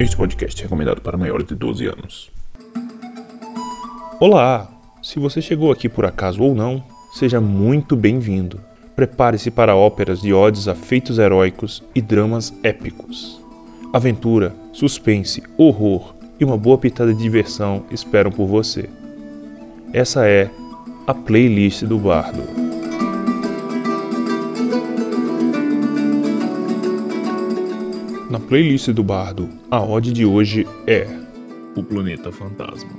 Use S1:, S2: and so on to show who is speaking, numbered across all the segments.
S1: Este podcast é recomendado para maiores de 12 anos. Olá! Se você chegou aqui por acaso ou não, seja muito bem-vindo. Prepare-se para óperas de odes a feitos heróicos e dramas épicos. Aventura, suspense, horror e uma boa pitada de diversão esperam por você. Essa é a playlist do Bardo. Na playlist do Bardo, a ode de hoje é
S2: O Planeta Fantasma,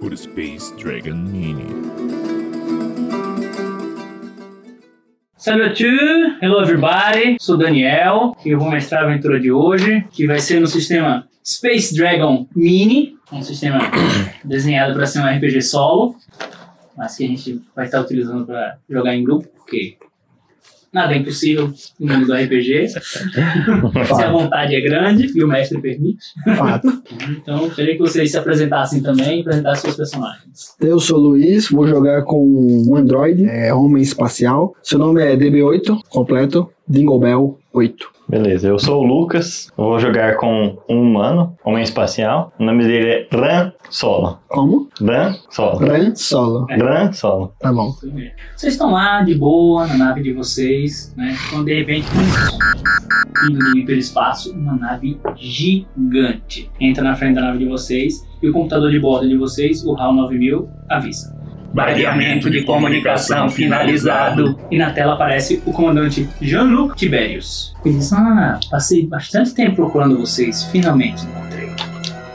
S2: por Space Dragon Mini.
S3: Salut, à tous. hello everybody, sou Daniel e eu vou mestrar a aventura de hoje, que vai ser no sistema Space Dragon Mini, um sistema desenhado para ser um RPG solo, mas que a gente vai estar utilizando para jogar em grupo, porque nada é impossível no mundo do RPG, se a vontade é grande e o mestre permite.
S4: Fato.
S3: Então, queria que vocês se apresentassem também e apresentassem seus personagens.
S4: Eu sou o Luiz, vou jogar com um android, é homem espacial. Seu nome é DB8, completo, Dingle Bell 8.
S5: Beleza, eu sou o Lucas, vou jogar com um humano, homem espacial. O nome dele é Ran Solo.
S4: Como?
S5: Ran Solo.
S4: Ran Solo.
S5: Ran Solo.
S4: Tá bom.
S3: Tudo bem. Vocês estão lá de boa na nave de vocês, né? Quando de repente um indo pelo espaço, uma nave gigante entra na frente da nave de vocês e o computador de bordo de vocês, o HAL 9000, avisa.
S2: Barreamento de comunicação finalizado.
S3: E na tela aparece o comandante Jean-Luc Tiberius. Ele diz: Ah, passei bastante tempo procurando vocês, finalmente encontrei.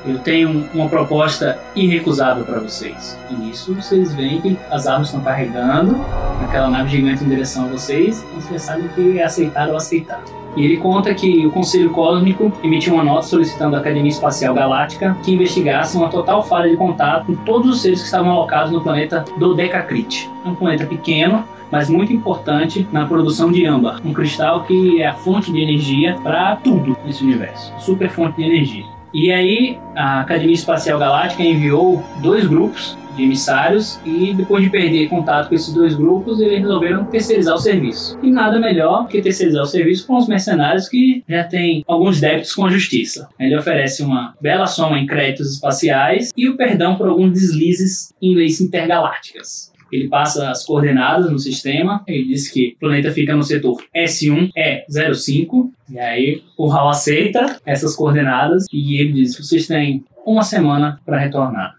S3: Eu tenho um, uma proposta irrecusável para vocês. E nisso vocês veem que as armas estão carregando aquela nave gigante em direção a vocês, e vocês sabem que é aceitar ou aceitar. E ele conta que o Conselho Cósmico emitiu uma nota solicitando à Academia Espacial Galáctica que investigasse uma total falha de contato com todos os seres que estavam alocados no planeta Dodecacrit. Um planeta pequeno, mas muito importante na produção de âmbar, um cristal que é a fonte de energia para tudo nesse universo, super fonte de energia. E aí, a Academia Espacial Galáctica enviou dois grupos de emissários e depois de perder contato com esses dois grupos, eles resolveram terceirizar o serviço. E nada melhor que terceirizar o serviço com os mercenários que já têm alguns débitos com a justiça. Ele oferece uma bela soma em créditos espaciais e o perdão por alguns deslizes em leis intergalácticas. Ele passa as coordenadas no sistema, ele diz que o planeta fica no setor S1E05, e aí o HAL aceita essas coordenadas e ele diz: vocês têm uma semana para retornar.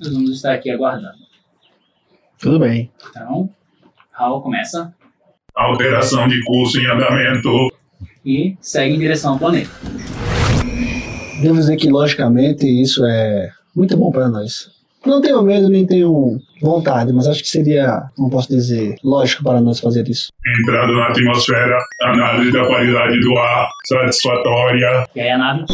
S3: Nós vamos estar aqui aguardando.
S4: Tudo bem.
S3: Então, Raul começa
S2: Alteração de curso em andamento.
S3: e segue em direção ao planeta.
S4: Devo dizer que, logicamente, isso é muito bom para nós. Não tenho medo, nem tenho vontade, mas acho que seria, não posso dizer, lógico para nós fazer isso.
S2: Entrada na atmosfera. Análise da qualidade do ar. Satisfatória.
S3: E aí a nave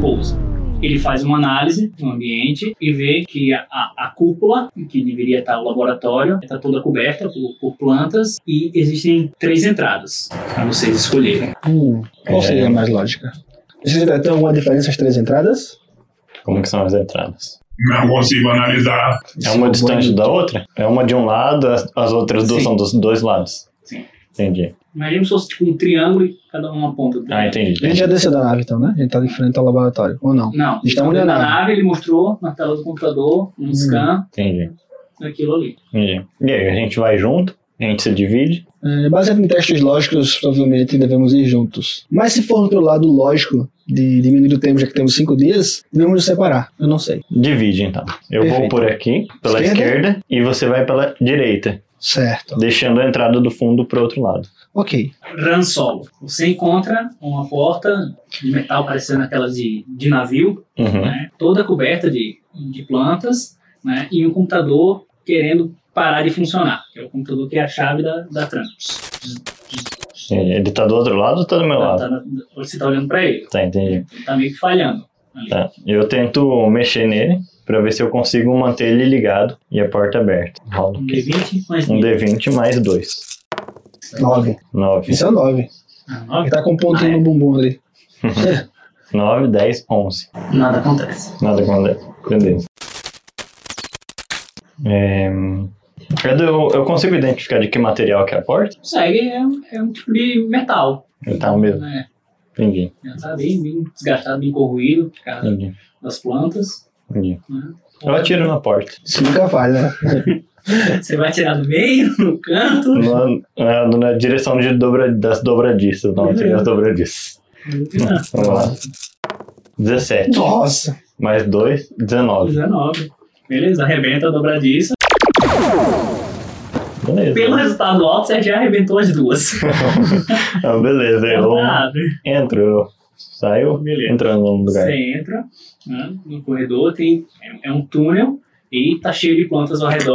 S3: pousa. Ele faz uma análise do ambiente e vê que a, a cúpula, que deveria estar o laboratório, está toda coberta por, por plantas e existem três entradas para vocês escolherem.
S4: Hum, qual
S5: É.
S4: seria a mais lógica? Vocês tem alguma diferença as três entradas?
S5: Como que são as entradas?
S2: Não consigo analisar.
S5: É uma distante da outra? É uma de um lado, as, as outras duas
S3: Sim.
S5: são dos dois lados?
S3: Sim.
S5: Entendi.
S3: Imagina se fosse tipo um triângulo e cada um uma uma ponta. do triângulo.
S5: Ah, entendi.
S4: A gente já desceu da nave, então, né? A gente tá de frente ao laboratório, ou não?
S3: Não,
S4: Está
S3: dentro da
S4: olhando.
S3: nave ele mostrou na tela do computador um scan
S5: Entendi.
S3: daquilo ali.
S5: Entendi. E aí, a gente vai junto, a gente se divide.
S4: É, baseado em testes lógicos, provavelmente devemos ir juntos. Mas se for pelo lado lógico de diminuir o tempo, já que temos cinco dias, devemos nos separar. Eu não sei.
S5: Divide, então. Eu vou
S4: Perfeito.
S5: por aqui, pela
S4: Esquerda.
S5: esquerda, e você vai pela direita,
S4: Certo.
S5: deixando a entrada do fundo pro outro lado.
S4: Ok.
S3: Ran Solo. Você encontra uma porta de metal parecendo aquelas de, de navio,
S5: Uhum.
S3: né? toda coberta de, de plantas, né? e um computador querendo parar de funcionar, que é o computador que é a chave da, da tranca.
S5: Entendi. Ele tá do outro lado ou tá do meu
S3: Tá-
S5: lado?
S3: tá na- você está olhando para ele,
S5: Tá, entendi.
S3: ele tá meio que falhando. ali.
S5: Tá. Eu tento mexer nele pra ver se eu consigo manter ele ligado e a porta aberta. Rola
S3: Um
S5: aqui.
S3: D20 mais
S5: Um
S3: D20.
S5: D20 mais 2.
S4: Nove.
S5: 9.
S4: Isso é nove.
S3: Ah,
S4: Ele
S3: nove.
S4: tá com um pontinho no bumbum ali.
S5: 9, 10, 11.
S3: Nada acontece.
S5: Nada com dez. Beleza. É... Cadê o- Eu consigo identificar de que material que é a porta? tá
S3: Consegue, é, um- é um tipo de metal.
S5: Metal mesmo.
S3: né?
S5: Entendi,
S3: Já tá bem, bem desgastado, bem corroído por causa
S5: entendi,
S3: das plantas.
S5: entendi.
S3: Né?
S5: Eu atiro na porta.
S4: Isso nunca faz, né?
S3: Você vai tirar no meio, no canto.
S5: Na, na, na direção de dobra, das dobradiças. Não, atirei as dobradiças. Vamos lá. 17.
S4: Nossa!
S5: Mais 2, 19.
S3: 19. Beleza, arrebenta a dobradiça.
S5: Beleza.
S3: Pelo resultado alto, você já arrebentou as duas.
S5: Ah, beleza, eu
S3: Tá, né?
S5: entro, eu saio
S3: Beleza.
S5: entrando no lugar.
S3: Você entra né, no corredor, tem, é, é um túnel e tá cheio de plantas ao redor,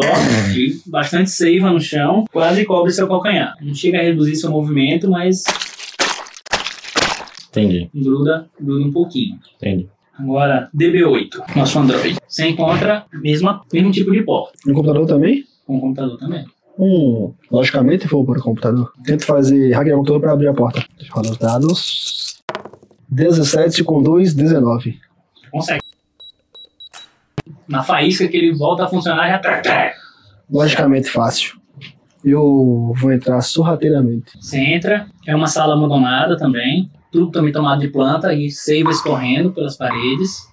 S3: e bastante seiva no chão, quase cobre seu calcanhar. Não chega a reduzir seu movimento, mas
S5: Entendi,
S3: gruda, gruda um pouquinho.
S5: entendi.
S3: Agora, DB8, nosso Android. Você encontra a mesma, mesmo tipo de porta,
S4: No computador também?
S3: com o computador também.
S4: Hum, logicamente vou para o computador. Tento fazer hackear o computador para abrir a porta. Deixa eu rolar os dados. 17 com 2, 19.
S3: Consegue. Na faísca que ele volta a funcionar, já tá- tá.
S4: Logicamente fácil. Eu vou entrar sorrateiramente.
S3: Você entra, é uma sala abandonada também, tudo também tomado de planta e seivas correndo pelas paredes.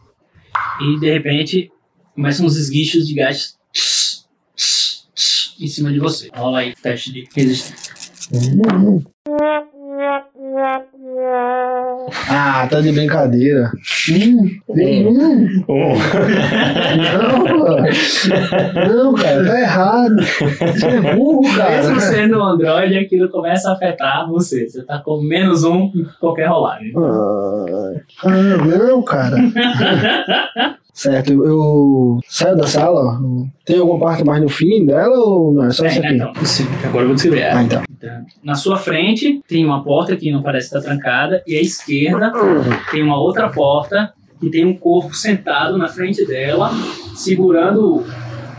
S3: E de repente começam uns esguichos de gás tss, tss, tss, em cima de você. Rola aí o teste de resistência.
S4: Ah, tá de brincadeira. Hum, hum,
S5: Um.
S4: não, mano. não, cara, tá errado. Você é burro,
S3: Mesmo
S4: cara.
S3: sendo um Android, aquilo começa a afetar você. Você tá com menos um em qualquer rolagem.
S4: Ah, ah, não, cara. Certo, eu- eu saio da sala. Tem alguma parte mais no fim dela ou não? É só isso
S3: É, né,
S4: aqui.
S3: então, sim, agora eu vou descobrir. É,
S4: Ah, então.
S3: Tá. Na sua frente tem uma porta que não parece estar trancada, e à esquerda tem uma outra porta que tem um corpo sentado na frente dela, segurando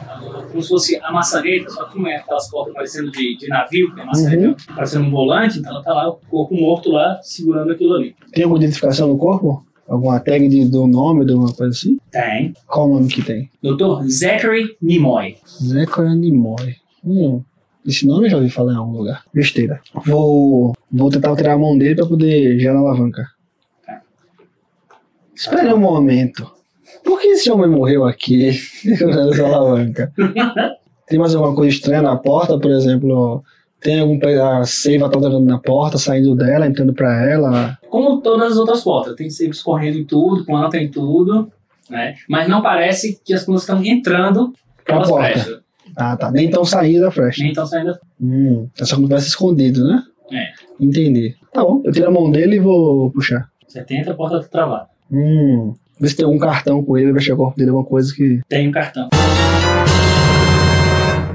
S3: ah, como se fosse a maçaneta, só que não é aquelas portas parecendo de, de navio, que é maçaneta, parecendo um volante, então ela tá lá, o corpo morto lá, segurando aquilo ali.
S4: Tem alguma identificação no corpo? Alguma tag de, do nome, de alguma coisa assim?
S3: Tem.
S4: Qual o nome que tem?
S3: Doutor Zachary Nimoy.
S4: Zeca Nimoy. Hum, esse nome eu já ouvi falar em algum lugar. Besteira. Vou, vou tentar tirar a mão dele pra poder gerar a alavanca. Espera um momento. Por que esse homem morreu aqui? Segurando essa alavanca. Tem mais alguma coisa estranha na porta, por exemplo? Tem algum pe- a seiva toda na porta, saindo dela, entrando pra ela?
S3: Como todas as outras portas, tem sempre correndo em tudo, planta em tudo, né? Mas não parece que as plantas estão entrando pelas
S4: porta.
S3: frestas.
S4: Ah, tá. Nem tão saindo da fresta.
S3: Nem estão saindo.
S4: Hum, é só como se tivesse escondido, né?
S3: É.
S4: Entendi. Tá bom, eu tiro a mão dele e vou puxar.
S3: Você tenta, a porta tá travada.
S4: Hum. Vê se tem algum cartão com ele, vai chegar o corpo dele, alguma coisa que.
S3: Tem um cartão.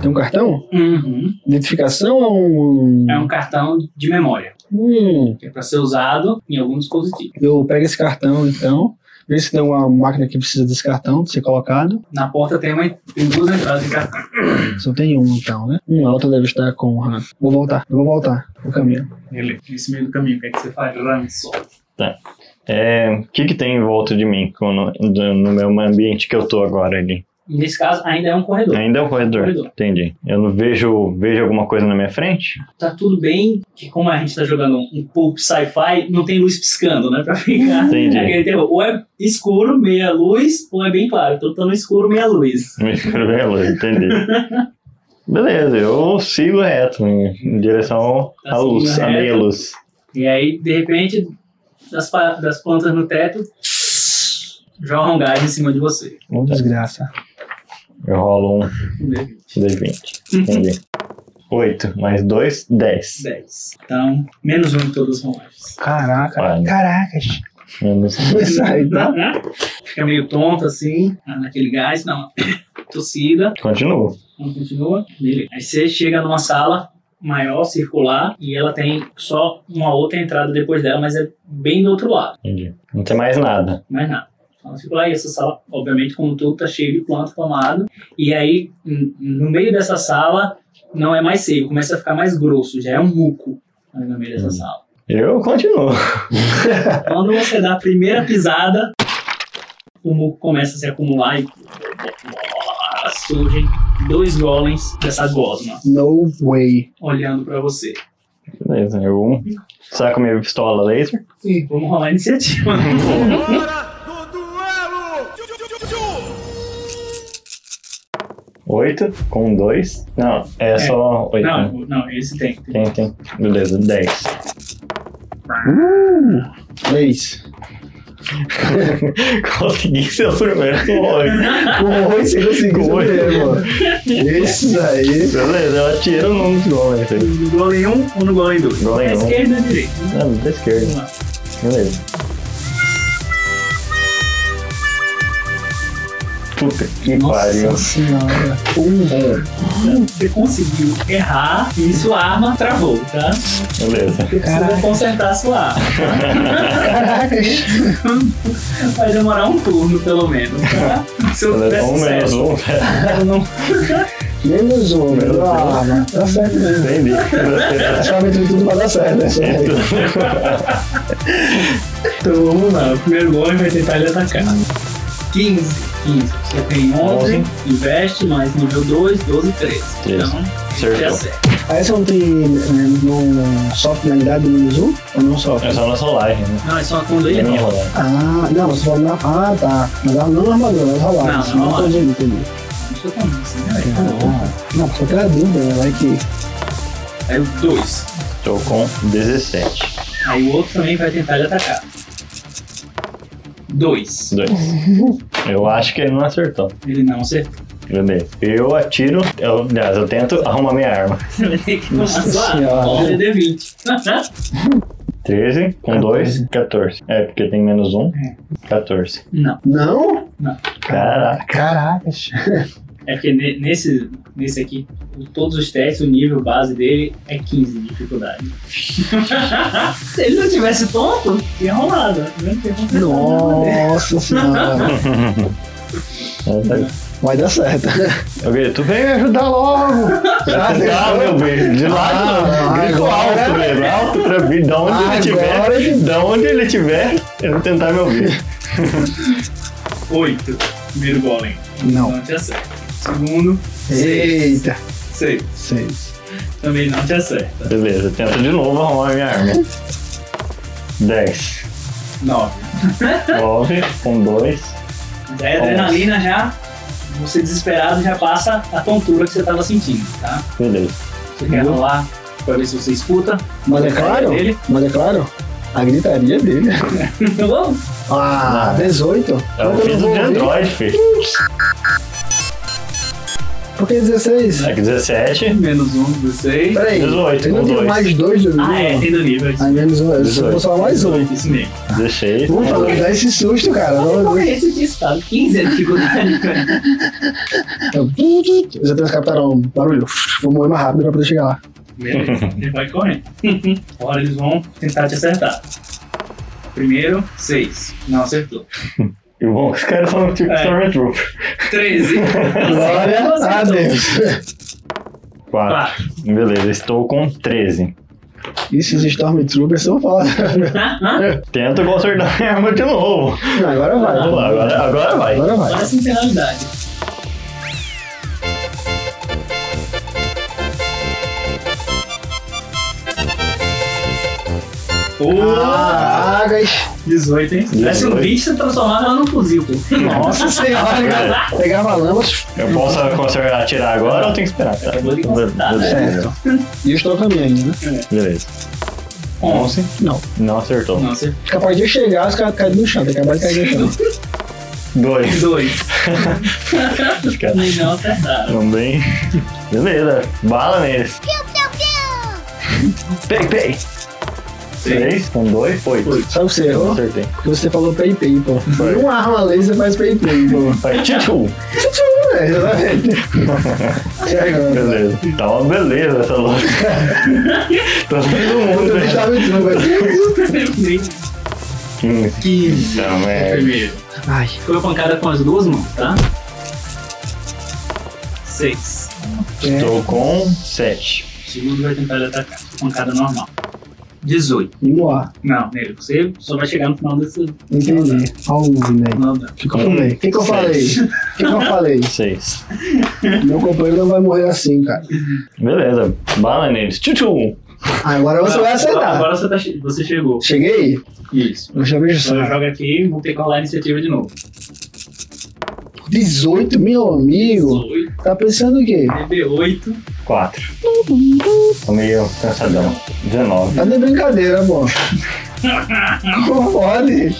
S4: Tem um cartão?
S3: Uhum.
S4: Identificação ou um.
S3: É um cartão de memória.
S4: Hum.
S3: Que é pra ser usado em algum dispositivo.
S4: Eu pego esse cartão então. Vê se tem uma máquina que precisa desse cartão de ser colocado.
S3: Na porta tem, uma, tem duas entradas de cartão.
S4: Só tem um então, né? Hum, a outra deve estar com. o Han. Vou voltar, eu vou voltar. O caminho.
S3: Beleza. Nesse meio do caminho, o que é que você faz? Ranço.
S5: É, O que, que tem em volta de mim quando- do- no meu ambiente que eu tô agora ali?
S3: Nesse caso, ainda é um corredor.
S5: Ainda é um corredor.
S3: Corredor.
S5: Entendi. Eu não vejo, vejo alguma coisa na minha frente?
S3: Tá tudo bem, que como a gente tá jogando um pouco sci-fi, não tem luz piscando, né? Pra ficar
S5: Entendi.
S3: aquele terror. Ou é escuro, meia luz, ou é bem claro. Então tá no escuro, meia luz.
S5: Me escrevendo, entendi. Beleza, eu sigo reto em em direção ao-
S3: Tá
S5: à luz,
S3: seguindo
S5: à meia
S3: reto.
S5: luz.
S3: E aí, de repente, das, pa- das plantas no teto, jorram gás em cima de você.
S4: Ô, desgraça.
S5: Eu rolo um D20.
S3: Uhum.
S5: Entendi. 8 mais 2, 10.
S3: 10. Então, menos um em todos os momentos.
S4: Caraca.
S5: Olha.
S4: Caracas.
S5: Menos
S4: Sai, tá?
S3: Né? Fica meio tonto assim, tá naquele gás, não. Tossida,
S5: Continuo.
S3: não continua. Beleza. Aí você chega numa sala maior, circular, e ela tem só uma outra entrada depois dela, mas é bem do outro lado.
S5: Entendi. Não tem mais nada.
S3: Mais nada. Então, circular, e essa sala, obviamente, como tudo, tá cheio de planta tomado. E aí, n- no meio dessa sala, não é mais seco, começa a ficar mais grosso, já é um muco ali no meio dessa
S5: Hum.
S3: sala.
S5: Eu continuo.
S3: Quando você dá a primeira pisada, o muco começa a se acumular e surgem dois golems dessa gosma
S4: No way.
S3: olhando pra você.
S5: Beleza, é um. eu saco minha pistola laser.
S3: Ih, Vamos rolar a iniciativa.
S5: Oito com dois. Não, é, só oito.
S3: não,
S5: né?
S3: não, esse tem.
S5: Tem, tem. Beleza, dez.
S4: Três.
S5: Consegui seu primeiro olho.
S4: Com oito, você conseguiu
S5: Com oito.
S4: mesmo. Esse daí.
S5: Beleza, eu atiro né? num dos golems aí.
S3: No gol em um ou no gol em dois?
S5: Golem
S3: Na
S5: um.
S3: esquerda ou direita?
S5: Ah, da
S3: Vamos
S5: esquerda.
S3: lá.
S5: Beleza. Puta que pariu.
S4: Nossa senhora. Um.
S3: Você conseguiu errar e sua arma travou, tá?
S5: Beleza.
S3: Você precisa
S4: Caraca.
S3: consertar sua arma.
S4: Caraca, gente.
S3: Vai demorar um turno, pelo menos, tá? Se eu
S5: Beleza,
S3: tivesse
S5: Um menos,
S3: sucesso,
S5: um
S3: eu não-
S4: Menos um, menos uma arma. Tá certo mesmo.
S5: Entendi.
S4: Praticamente tudo vai dar certo, né? Isso aí.
S3: Então vamos lá, o primeiro gol vai tentar ele atacar. 15. 15. Você tem 11, investe mais nível 2, 12, 13.
S5: Treze.
S3: Então,
S5: Acertou.
S3: já acerta.
S4: Aí você não tem né, não, só finalidade do menos um? Ou não só?
S5: É só na solagem, né?
S3: Não, é só com
S5: É
S3: dois
S5: minha
S3: não.
S5: rolagem.
S4: Ah, não, você falou na. Ah, tá. Mas ela não na armadura, mas rolar.
S3: Não,
S4: Isso
S3: não
S4: Não, tô
S3: rolar.
S4: dizendo, entendi.
S3: Deixa eu tomar isso, né, velho? Tá bom.
S4: Ah, não, só aquela dúvida, né? Vai que.
S3: Aí o 2.
S5: Tô com 17.
S3: Aí o outro também vai tentar lhe atacar. 2.
S5: Dois. Eu acho que ele não acertou.
S3: Ele não acertou.
S5: Beleza. Eu atiro. Eu, aliás, eu tento arrumar minha arma.
S3: Você vai ter que tomar
S4: Nossa
S3: sua
S4: Senhora.
S3: arma. Olha D20.
S5: 13 com 2, 14. É, porque tem menos um.
S3: É.
S5: 14.
S3: Não.
S4: Não?
S3: Não.
S5: Caraca.
S4: Caraca.
S3: É porque ne- nesse, nesse aqui, o- todos os testes, o nível base dele é 15 de dificuldade. Se ele não tivesse tonto, tinha rolado. Né? Tinha acontecido.
S4: Nossa senhora. Vai dar certo.
S5: Ok, tu vem me ajudar logo! Ah, meu bem, de lá
S4: Ah,
S5: não. Grito
S4: agora-
S5: alto, velho. Alto pra mim, é da onde ele
S4: Agora
S5: tiver.
S4: ele-
S5: Da onde ele tiver, ele vai tentar me ouvir.
S3: Oito. Primeiro golem.
S4: Não.
S3: Não te acerta. Segundo,
S4: Eita.
S3: seis.
S4: Seis.
S3: Também não te acerta.
S5: Beleza, tenta de novo arrumar minha arma. 10,
S3: Nove.
S5: 9, com 2.
S3: Já é adrenalina, já você desesperado já passa a tontura que você tava sentindo, tá?
S5: Beleza.
S3: Você quer
S4: Uhum.
S3: rolar pra ver se você escuta?
S4: Mas é claro.
S3: Dele? Então
S4: Mas é claro. A gritaria dele.
S3: Vamos.
S4: Ah, 18?
S5: É o
S4: Como que eu não
S5: filho
S4: vou ouvir?
S5: de Android, filho.
S4: Por que 16?
S5: Aqui 17,
S3: Menos um, 16.
S4: Peraí.
S5: 18,
S4: Eu não
S5: com
S4: tenho
S5: dois.
S4: mais dois do nível.
S3: Ah, é, tem do nível.
S4: Aí menos um. Eu só
S5: 18.
S4: vou só mais um.
S3: Isso mesmo.
S5: 16.
S4: Vamos falar, dá esse susto, cara. Não, não.
S3: Qual é esse de estado? 15 é dificuldade.
S4: Eu já tenho captaram um barulho. Vou morrer mais rápido pra poder chegar lá.
S3: Beleza, ele vai correndo. Agora eles vão tentar te acertar. Primeiro, 6. Não acertou.
S5: E bom, os caras são tipo
S3: É.
S5: Stormtrooper.
S3: 13.
S5: é
S4: Glória a Ah,
S5: então.
S4: Deus.
S5: 4.
S3: Quatro.
S5: Beleza, estou com 13.
S4: Isso, os Stormtroopers são foda.
S3: tá?
S5: Tento consertar minha arma de novo.
S4: Não, agora vai.
S5: Vamos lá, agora, agora vai.
S4: Agora vai.
S3: Agora sem penalidade. Pô,
S4: Caraca,
S3: 18, hein? Se tivesse um
S5: 18.
S3: 20, você transformava ela num fuzil, pô.
S4: nossa senhora, cara. Pegava a lama,
S5: Eu posso consertar, atirar agora ou tenho que esperar? Tá.
S3: Acabou de consertar, né?
S4: certo. E eu estou caminhando, né?
S5: Beleza.
S3: 11.
S4: Não.
S5: Não acertou.
S3: Não, você
S4: Capaz de eu chegar, os caras caem no chão. Tem capaz de cair no chão.
S5: Dois.
S3: 2.
S5: caras.
S3: Não acertaram.
S5: Também. Beleza. Bala neles. Pei, pei. Três com dois, oito.
S3: Oito.
S4: Sabe o que você errou?
S5: Acertei.
S4: Porque você falou pay pay, pô.
S5: Foi.
S4: Não arma laser, mas pay pay, pô.
S5: Vai, tchau.
S4: É, Exatamente. E agora?
S5: Beleza. Tá uma beleza essa luta. tá todo mundo.
S4: Eu
S5: né?
S4: tava entrando, mas-
S5: 15.
S3: 15.
S5: Tá, merda.
S3: Primeiro.
S4: Ai.
S3: Foi pancada com as duas mãos, tá? 6.
S4: É,
S5: Estou com sete.
S3: Segundo vai tentar lhe atacar. Pancada normal. 18.
S4: vamos lá.
S3: Não, nele. Você só vai chegar no final desse.
S4: Entendi. Olha o Uzi, velho.
S3: Não, não.
S4: O que que eu falei? O que que eu falei? O que que eu falei?
S5: Seis.
S4: Meu companheiro não vai morrer assim, cara.
S5: Beleza. Bala neles. Tchau, tchau.
S4: Ah, agora você vai acertar.
S3: Agora você, tá che- você chegou.
S4: Cheguei?
S3: Isso.
S4: Eu já vejo assim. só.
S3: Agora joga aqui, vou ter que rolar a iniciativa de novo.
S4: 18, meu amigo.
S3: 18,
S4: Tá pensando o quê?
S3: DB8.
S5: 4. Tô meio cansadão. 19.
S4: Tá de brincadeira, pô. Olha.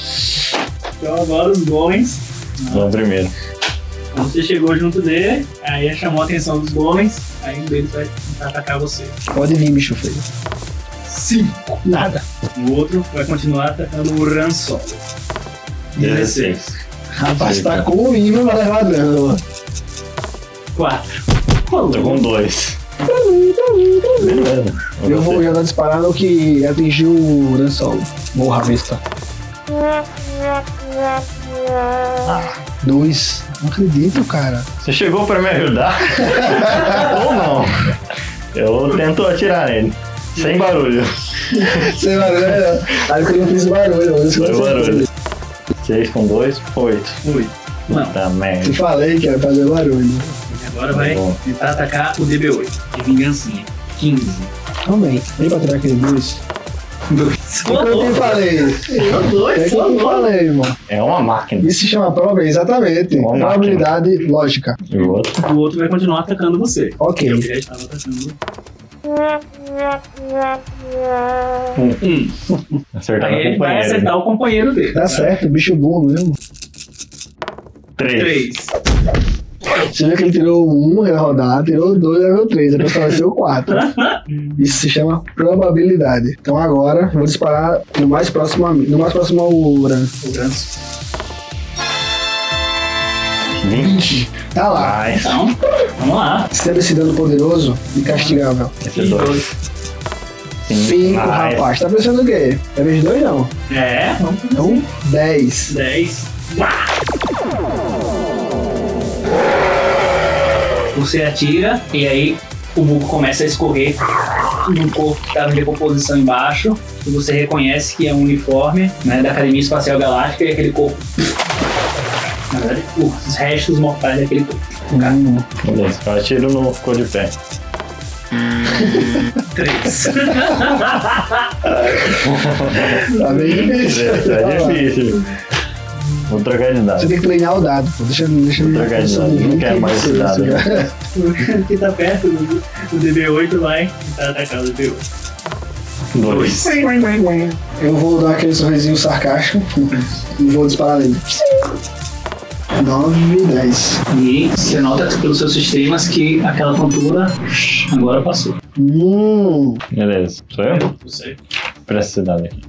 S3: Então agora os golems.
S5: Vamos primeiro.
S3: Você chegou junto dele, aí chamou a atenção dos golems, aí um deles vai tentar atacar você.
S4: Pode vir, bicho feio.
S3: Sim.
S4: Nada.
S3: O outro vai continuar atacando o Ransol.
S5: 16.
S4: Rapaz,
S5: Eita.
S4: tá com o imã pra levar dano, mano.
S3: 4.
S4: Tá
S5: Tô com né? 2. Beleza.
S4: Eu vou jogar disparado o que atingiu o Dan Solo. Morra à vista. Ah, dois. Não acredito, cara.
S5: Você chegou pra me ajudar? Ou não? Eu tento atirar nele. Sem barulho.
S4: Sem barulho. né? Aí que eu não fiz barulho. Mas
S5: Foi
S4: com
S5: barulho.
S4: certeza.
S5: 6 com 2, 8.
S3: 8. Não.
S5: Tá
S4: Te
S5: merda.
S4: falei que ia fazer barulho.
S3: Ele
S4: Tá
S3: Agora vai
S5: Bom.
S3: tentar atacar o DB8. De vingancinha. 15.
S4: Também. Vem pra trás aquele dois. Foi o que eu te falei. Foi o que eu te falei, irmão.
S5: É uma máquina.
S4: Isso se chama prova, exatamente.
S5: Uma máquina.
S4: Probabilidade lógica.
S5: E o outro?
S3: O outro vai continuar atacando você.
S4: Ok.
S3: Ele já estava atacando.
S5: Acertar
S3: Aí
S5: meu
S3: ele vai
S5: Tá, companheiro.
S3: acertar o companheiro dele.
S5: É.
S4: Tá certo, bicho burro mesmo.
S5: 3.
S3: 3.
S4: Você viu que ele tirou um na rodada, tirou dois, levou três, depois faleceu quatro. Isso se chama probabilidade. Então agora eu vou disparar no mais próximo, a mim- no mais próximo ao Uran.
S3: O Ransol.
S5: 20.
S4: Tá lá.
S5: Mais.
S3: Então, vamos lá.
S4: Sendo esse dano poderoso e castigável.
S5: Esses
S3: E
S5: dois.
S3: dois.
S4: Cinco,
S5: mais.
S4: rapaz. Tá pensando o quê? É vez dois não.
S3: É, vamos
S4: É um, dez.
S3: 10. Você atira e aí o muco começa a escorrer no corpo que estava em decomposição embaixo. E você reconhece que é um uniforme né, da Academia Espacial Galáctica e aquele corpo. Na verdade, uh, os restos mortais daquele corpo.
S4: Hum,
S5: Beleza. Eu atiro no ficou de pé.
S3: Três.
S4: tá bem difícil.
S5: É difícil. Vou trocar de
S4: Você
S5: dado.
S4: tem que treinar o dado, pô. Deixa, deixa eu
S5: Trocar de dado. Não quero mais esse dado.
S3: o que tá perto do, do DB8 vai Tá, tentar atacar o DB8.
S5: 2.
S4: Eu vou dar aquele sorrisinho sarcástico e vou disparar nele. 9, 10.
S3: E você nota pelos seus sistemas que aquela tontura agora passou.
S4: Hum,
S5: Beleza. Sou eu?
S3: Você
S5: Presta esse dado aqui.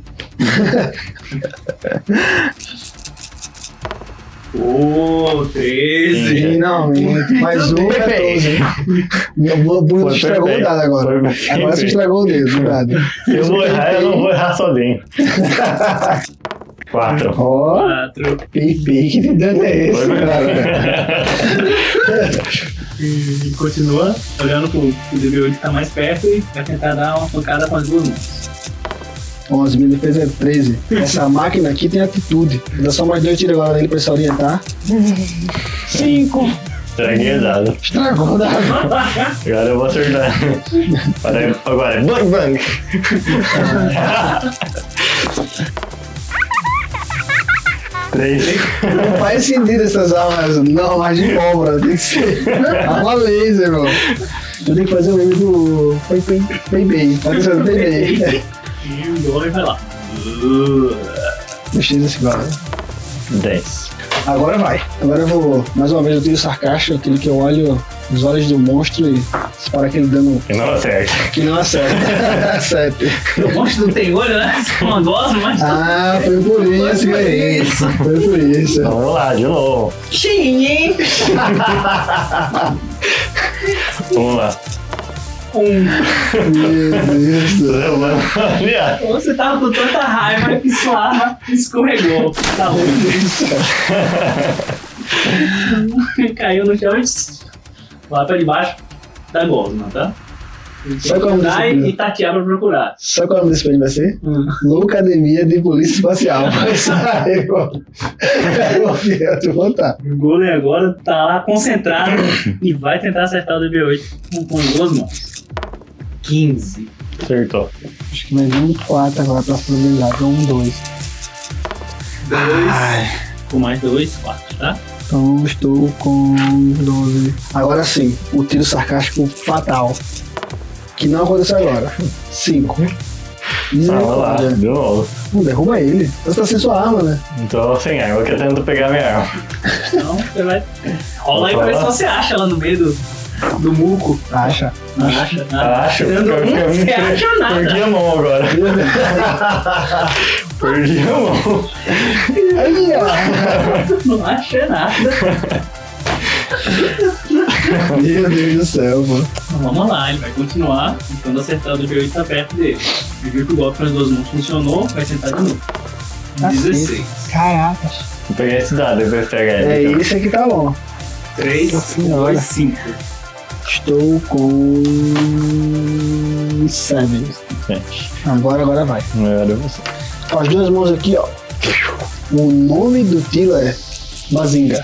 S3: Ô, 13!
S4: finalmente. Mais um, 14. Meu bambu
S5: Foi
S4: estragou o
S5: perfeito.
S4: dado agora.
S5: Foi perfeito.
S4: Agora você estragou o dedo, o dado.
S5: Se eu vou errar, eu não vou errar sozinho. 4.
S4: Ó,
S3: 4.
S4: pipi, que dano é esse, cara?
S3: E continua olhando pro pro DB8 que tá mais perto e vai tentar dar uma pancada com as duas mãos.
S4: 11, minha defesa é 13. Essa máquina aqui tem atitude. Dá só mais dois tiros agora nele pra ele se orientar. 5.
S5: Estraguei o dado.
S4: Estragou né? o dado.
S5: Agora eu vou acertar. Para- Agora é bang bang. Três.
S4: Não faz sentido essas armas, não, mas de pólvora, tem que ser arma laser, mano. Eu tenho que fazer o meme do Pei Pei Pei Pei, tá pensando Pei Pei.
S3: E o Golem vai lá. Uh.
S4: Deixa esse cara.
S5: Dez.
S4: Agora vai. Agora eu vou, mais uma vez, eu tenho sarcasmo, aquele que eu olho nos olhos do monstro e disparo aquele dano
S5: E não acerta.
S4: que não acerta. Sete.
S3: O monstro não tem olho, né? São uma goza, mas. tá
S4: Ah, foi por isso, ganhei. Foi por isso.
S5: Então, Vamos lá, de novo. Vamos lá.
S3: Um.
S4: Meu Deus do céu.
S5: Aliás,
S3: Você tava com tanta raiva que sua arma escorregou. Tá ruim Caiu no chão e tss, lá pra debaixo da gosma, tá? Tem que
S4: Sabe qual é o nome
S3: andar
S4: desse
S3: e tatear pra procurar.
S4: Sabe qual é o nome desse filme vai ser? Loucademia de Polícia Espacial. Vai sair, pô. Eu vou botar.
S3: O Golem agora tá lá concentrado e vai tentar acertar o DB8 com, com duas mãos. 15.
S5: Acertou.
S4: Acho que vai vir um 4 agora pra probabilidade. Ou um 2.
S3: Dois. Com mais dois, quatro, tá?
S4: Então estou com 12. Agora sim, o tiro sarcástico fatal. Que não aconteceu agora. 5.
S5: Ah, lá,
S4: Misericórdia.
S5: de novo.
S4: Não derruba ele. Você tá sem sua arma, né?
S5: Então, sem arma, que eu tento pegar minha arma.
S3: Então, você vai. Rola aí pra ver se você acha lá no meio do, do muco.
S4: Acha.
S3: Não acha nada.
S5: Ah, Acho.
S3: Ah, Eu não-
S5: porque eu me
S3: você
S5: per-
S3: acha nada.
S5: Perdi a mão agora. Perdi a mão.
S4: Aí, ó.
S3: Não acha nada. Então,
S4: Meu Deus do céu, mano.
S3: Então, vamos lá, ele vai continuar tentando acertar o G8 tá perto dele. Ele viu que o golpe com as duas mãos funcionou, vai tentar de novo.
S4: Tá
S3: 16.
S4: Caracas.
S5: Vou pegar esse dado, depois pegar ele.
S4: É
S5: então.
S4: isso que tá bom.
S3: 3,
S4: Nossa senhora.
S3: 2, 5.
S4: Estou com. 7.
S5: Gente,
S4: Agora, agora vai.
S5: não era você.
S4: Com as duas mãos aqui, ó. O nome do tiro é Bazinga.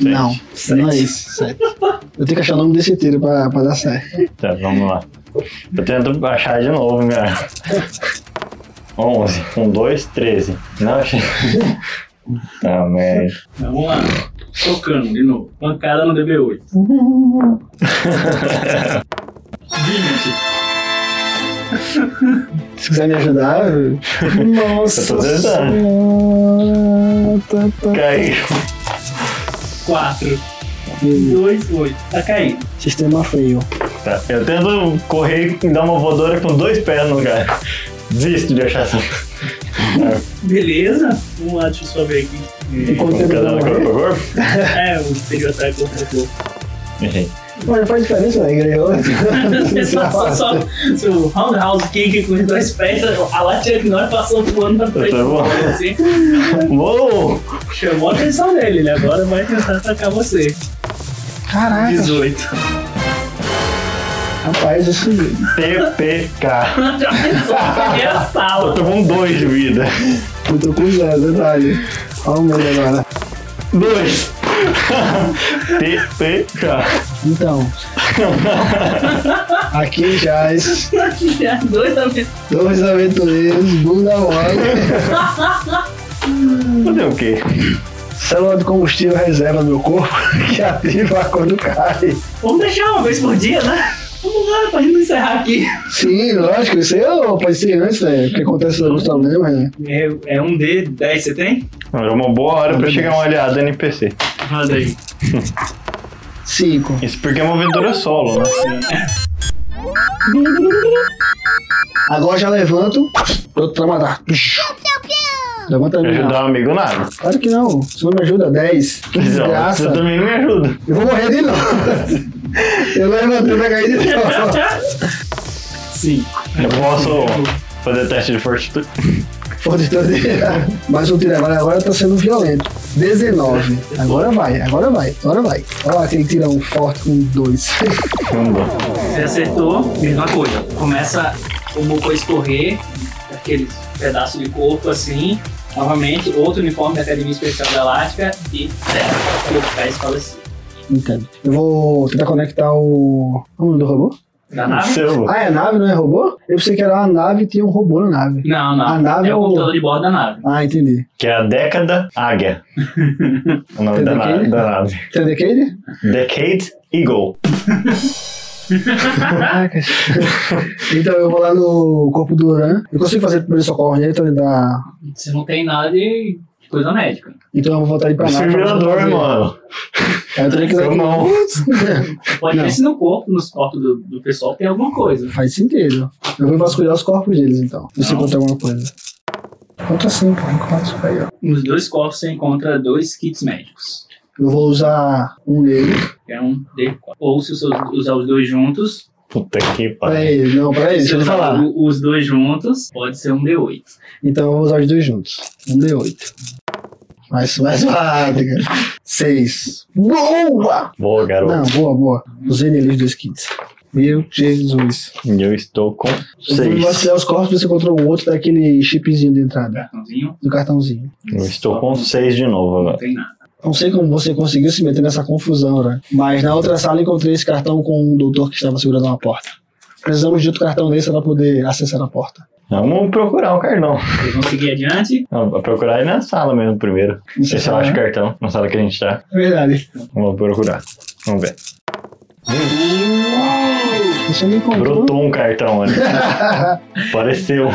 S4: Não, não é isso. Sete. Eu tenho que achar o nome desse tiro pra, pra dar certo.
S5: Tá, vamos lá. Eu tento achar de novo minha arma. 11, 1, 2, 13. Não achei. Tá, merda.
S3: Então, vamos lá. Tocando de novo. Pancada no DB8. Dignity.
S4: Se quiser me ajudar. eu- Nossa.
S5: Eu tô
S4: Senhora.
S5: tentando.
S4: Tá, tá.
S5: Caiu.
S3: 4, 2, 8. Tá caindo.
S4: Sistema feio.
S5: Tá, eu tento correr e dar uma voadora com dois pés no lugar. Desisto de achar essa.
S3: Beleza. Vamos lá, deixa eu só ver aqui.
S4: Enquanto
S5: Vamos
S4: ele
S5: ficar dando
S4: não
S5: corpo
S4: morrer.
S5: a corpo?
S3: É, o período atrás contra o corpo.
S5: Errei.
S4: Mas não faz diferença, né? Ganhou. é
S3: Você passou só seu roundhouse kick com os dois pés, a latinha que nós passou voando na frente.
S5: Tá bom.
S3: Assim,
S5: Uou!
S3: chamou a atenção dele, ele agora vai tentar atacar você.
S4: Caraca,
S3: 18.
S4: rapaz, isso.
S5: TPK.
S3: Atravessou a primeira
S5: Eu
S3: sala.
S5: tô com dois de vida.
S4: Eu tô com zero, detalhe. Olha o medo agora.
S5: Dois! TPK.
S4: Então. Aqui já, esses
S3: Dois também.
S4: dois aventureiros, bunda mole,
S5: Fazer o quê?
S4: célula de combustível reserva no corpo que ativa quando cai.
S3: Vamos deixar uma vez por dia, né? Vamos lá, pra gente encerrar aqui.
S4: Sim, lógico, isso aí ó, pode ser antes, né? Porque acontece alguns problemas, né?
S3: É, é um D10, você tem?
S5: Era É uma boa hora pra chegar um aliado NPC.
S3: Roda aí.
S4: Cinco.
S5: Isso porque é uma aventura solo, né?
S4: Agora já levanto, outro pra matar. Levanta a
S5: Me
S4: minha.
S5: Ajudar um amigo nada.
S4: Claro que não, você não me ajuda, 10. Que
S5: Não,
S4: desgraça.
S5: você também não me ajuda.
S4: Eu vou morrer de novo. Eu levantei pra cair de novo.
S3: Sim.
S5: Eu posso fazer teste de fortitude.
S4: Foda-se todo dia. Mas o tiro agora, agora tá sendo violento. 19. Agora vai, agora vai, agora vai. Olha lá aquele tirão forte com dois.
S5: Não dá.
S3: Você acertou, mesma coisa. Começa o muco a escorrer, aqueles pedaços de corpo assim. Novamente, outro uniforme da Academia Especial Galáctica e zero. E o pé escalecido.
S4: Entendo. Eu vou tentar conectar o. é O nome do robô?
S3: Da nave?
S5: Seu.
S4: Ah, é a nave, não é robô? Eu pensei que era uma nave e tinha um robô na nave.
S3: Não, não.
S4: A nave
S3: é
S4: é
S3: o
S4: o-
S3: computador de bordo da nave.
S4: Ah, entendi.
S5: Que é a década águia. O nome da, na- da nave.
S4: Entendeu aquele?
S5: Decade Eagle.
S4: Caracas. então eu vou lá no corpo do Ran. Eu consigo fazer primeiro socorro nele então pra tentar.
S3: Você não tem nada de coisa médica.
S4: Então eu vou voltar ele pra nave. pra
S5: Desfibrilador,
S4: fazer.
S5: mano.
S4: Aí eu teria que
S5: Eu não.
S3: Pode
S4: Não.
S3: ver se no corpo, nos corpos do, do pessoal, tem alguma coisa.
S4: Faz sentido. Eu vou vasculhar os corpos deles então. Ver se
S3: Não.
S4: encontrar alguma coisa. Falta cinco, enquanto aí, ó.
S3: Nos dois corpos você encontra dois kits médicos.
S4: Eu vou usar um nele.
S3: Que é um D4. Ou se você usar os dois juntos,
S5: Puta que pariu.
S4: Peraí, não, peraí, deixa eu
S3: usar
S4: falar.
S3: o- Os dois juntos, pode ser um D8.
S4: Então eu vou usar os dois juntos. Um D8. Mais, mais rápido. Seis. Boa!
S5: Boa, garoto.
S4: Não, boa, boa. Usei neles dois kits. Meu Jesus.
S5: E eu estou com
S4: Eu vou
S5: seis.
S4: vasculhar os corpos você encontrou o outro daquele chipzinho de entrada.
S3: Cartãozinho,
S4: Do cartãozinho.
S5: Eu estou com seis de novo
S3: não
S5: agora.
S3: tem nada.
S4: Não sei como você conseguiu se meter nessa confusão, né? Mas na outra sala encontrei esse cartão com um doutor que estava segurando uma porta. Precisamos de outro cartão desse para poder acessar a porta.
S5: Vamos procurar um cartão.
S3: Vocês vão seguir adiante.
S5: Não, Vou procurar aí na sala mesmo primeiro.
S4: Isso
S5: Esse eu
S4: é-
S5: acho o cartão, na sala que a gente tá.
S4: É verdade.
S5: Vamos procurar. Vamos ver.
S4: Você me encontrou.
S5: Brotou um cartão ali. Apareceu.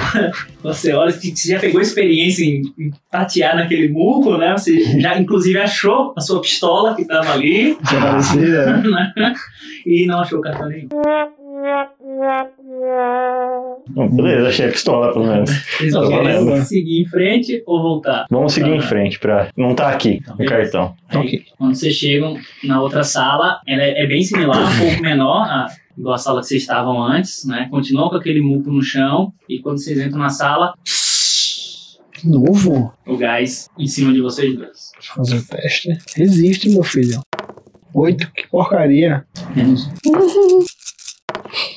S3: Você olha que você já pegou experiência em em tatear naquele murro, né? Você já, inclusive, achou a sua pistola que tava ali.
S4: Já aparecia, né?
S3: E não achou cartão nenhum.
S5: Bom, Beleza, achei a pistola pelo menos.
S3: Vocês vão
S4: Então,
S5: Tá
S3: querer
S5: valendo.
S3: seguir em frente ou voltar?
S5: Vamos seguir em frente pra. Não tá aqui o cartão.
S3: Aí, Quando vocês chegam na outra sala, ela é é bem similar, um pouco menor, a- igual a sala que vocês estavam antes, né? Continua com aquele murro no chão. E quando vocês entram na sala,
S4: De novo?
S3: o gás em cima de vocês dois.
S4: Deixa eu fazer o teste. Resiste, meu filho. Oito, que porcaria.
S3: Menos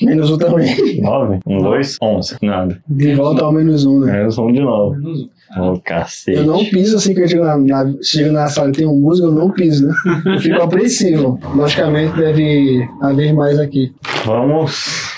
S4: Menos um também.
S5: 9, 1, 2, 11. Nada.
S4: De volta ao menos um, né?
S5: Menos um de novo.
S3: menos um.
S5: Ô,
S4: Eu
S5: cacete.
S4: não piso assim que eu chego na, na- chego na sala e tem um músico, eu não piso, né? Eu fico apreensivo. Logicamente deve haver mais aqui.
S5: Vamos.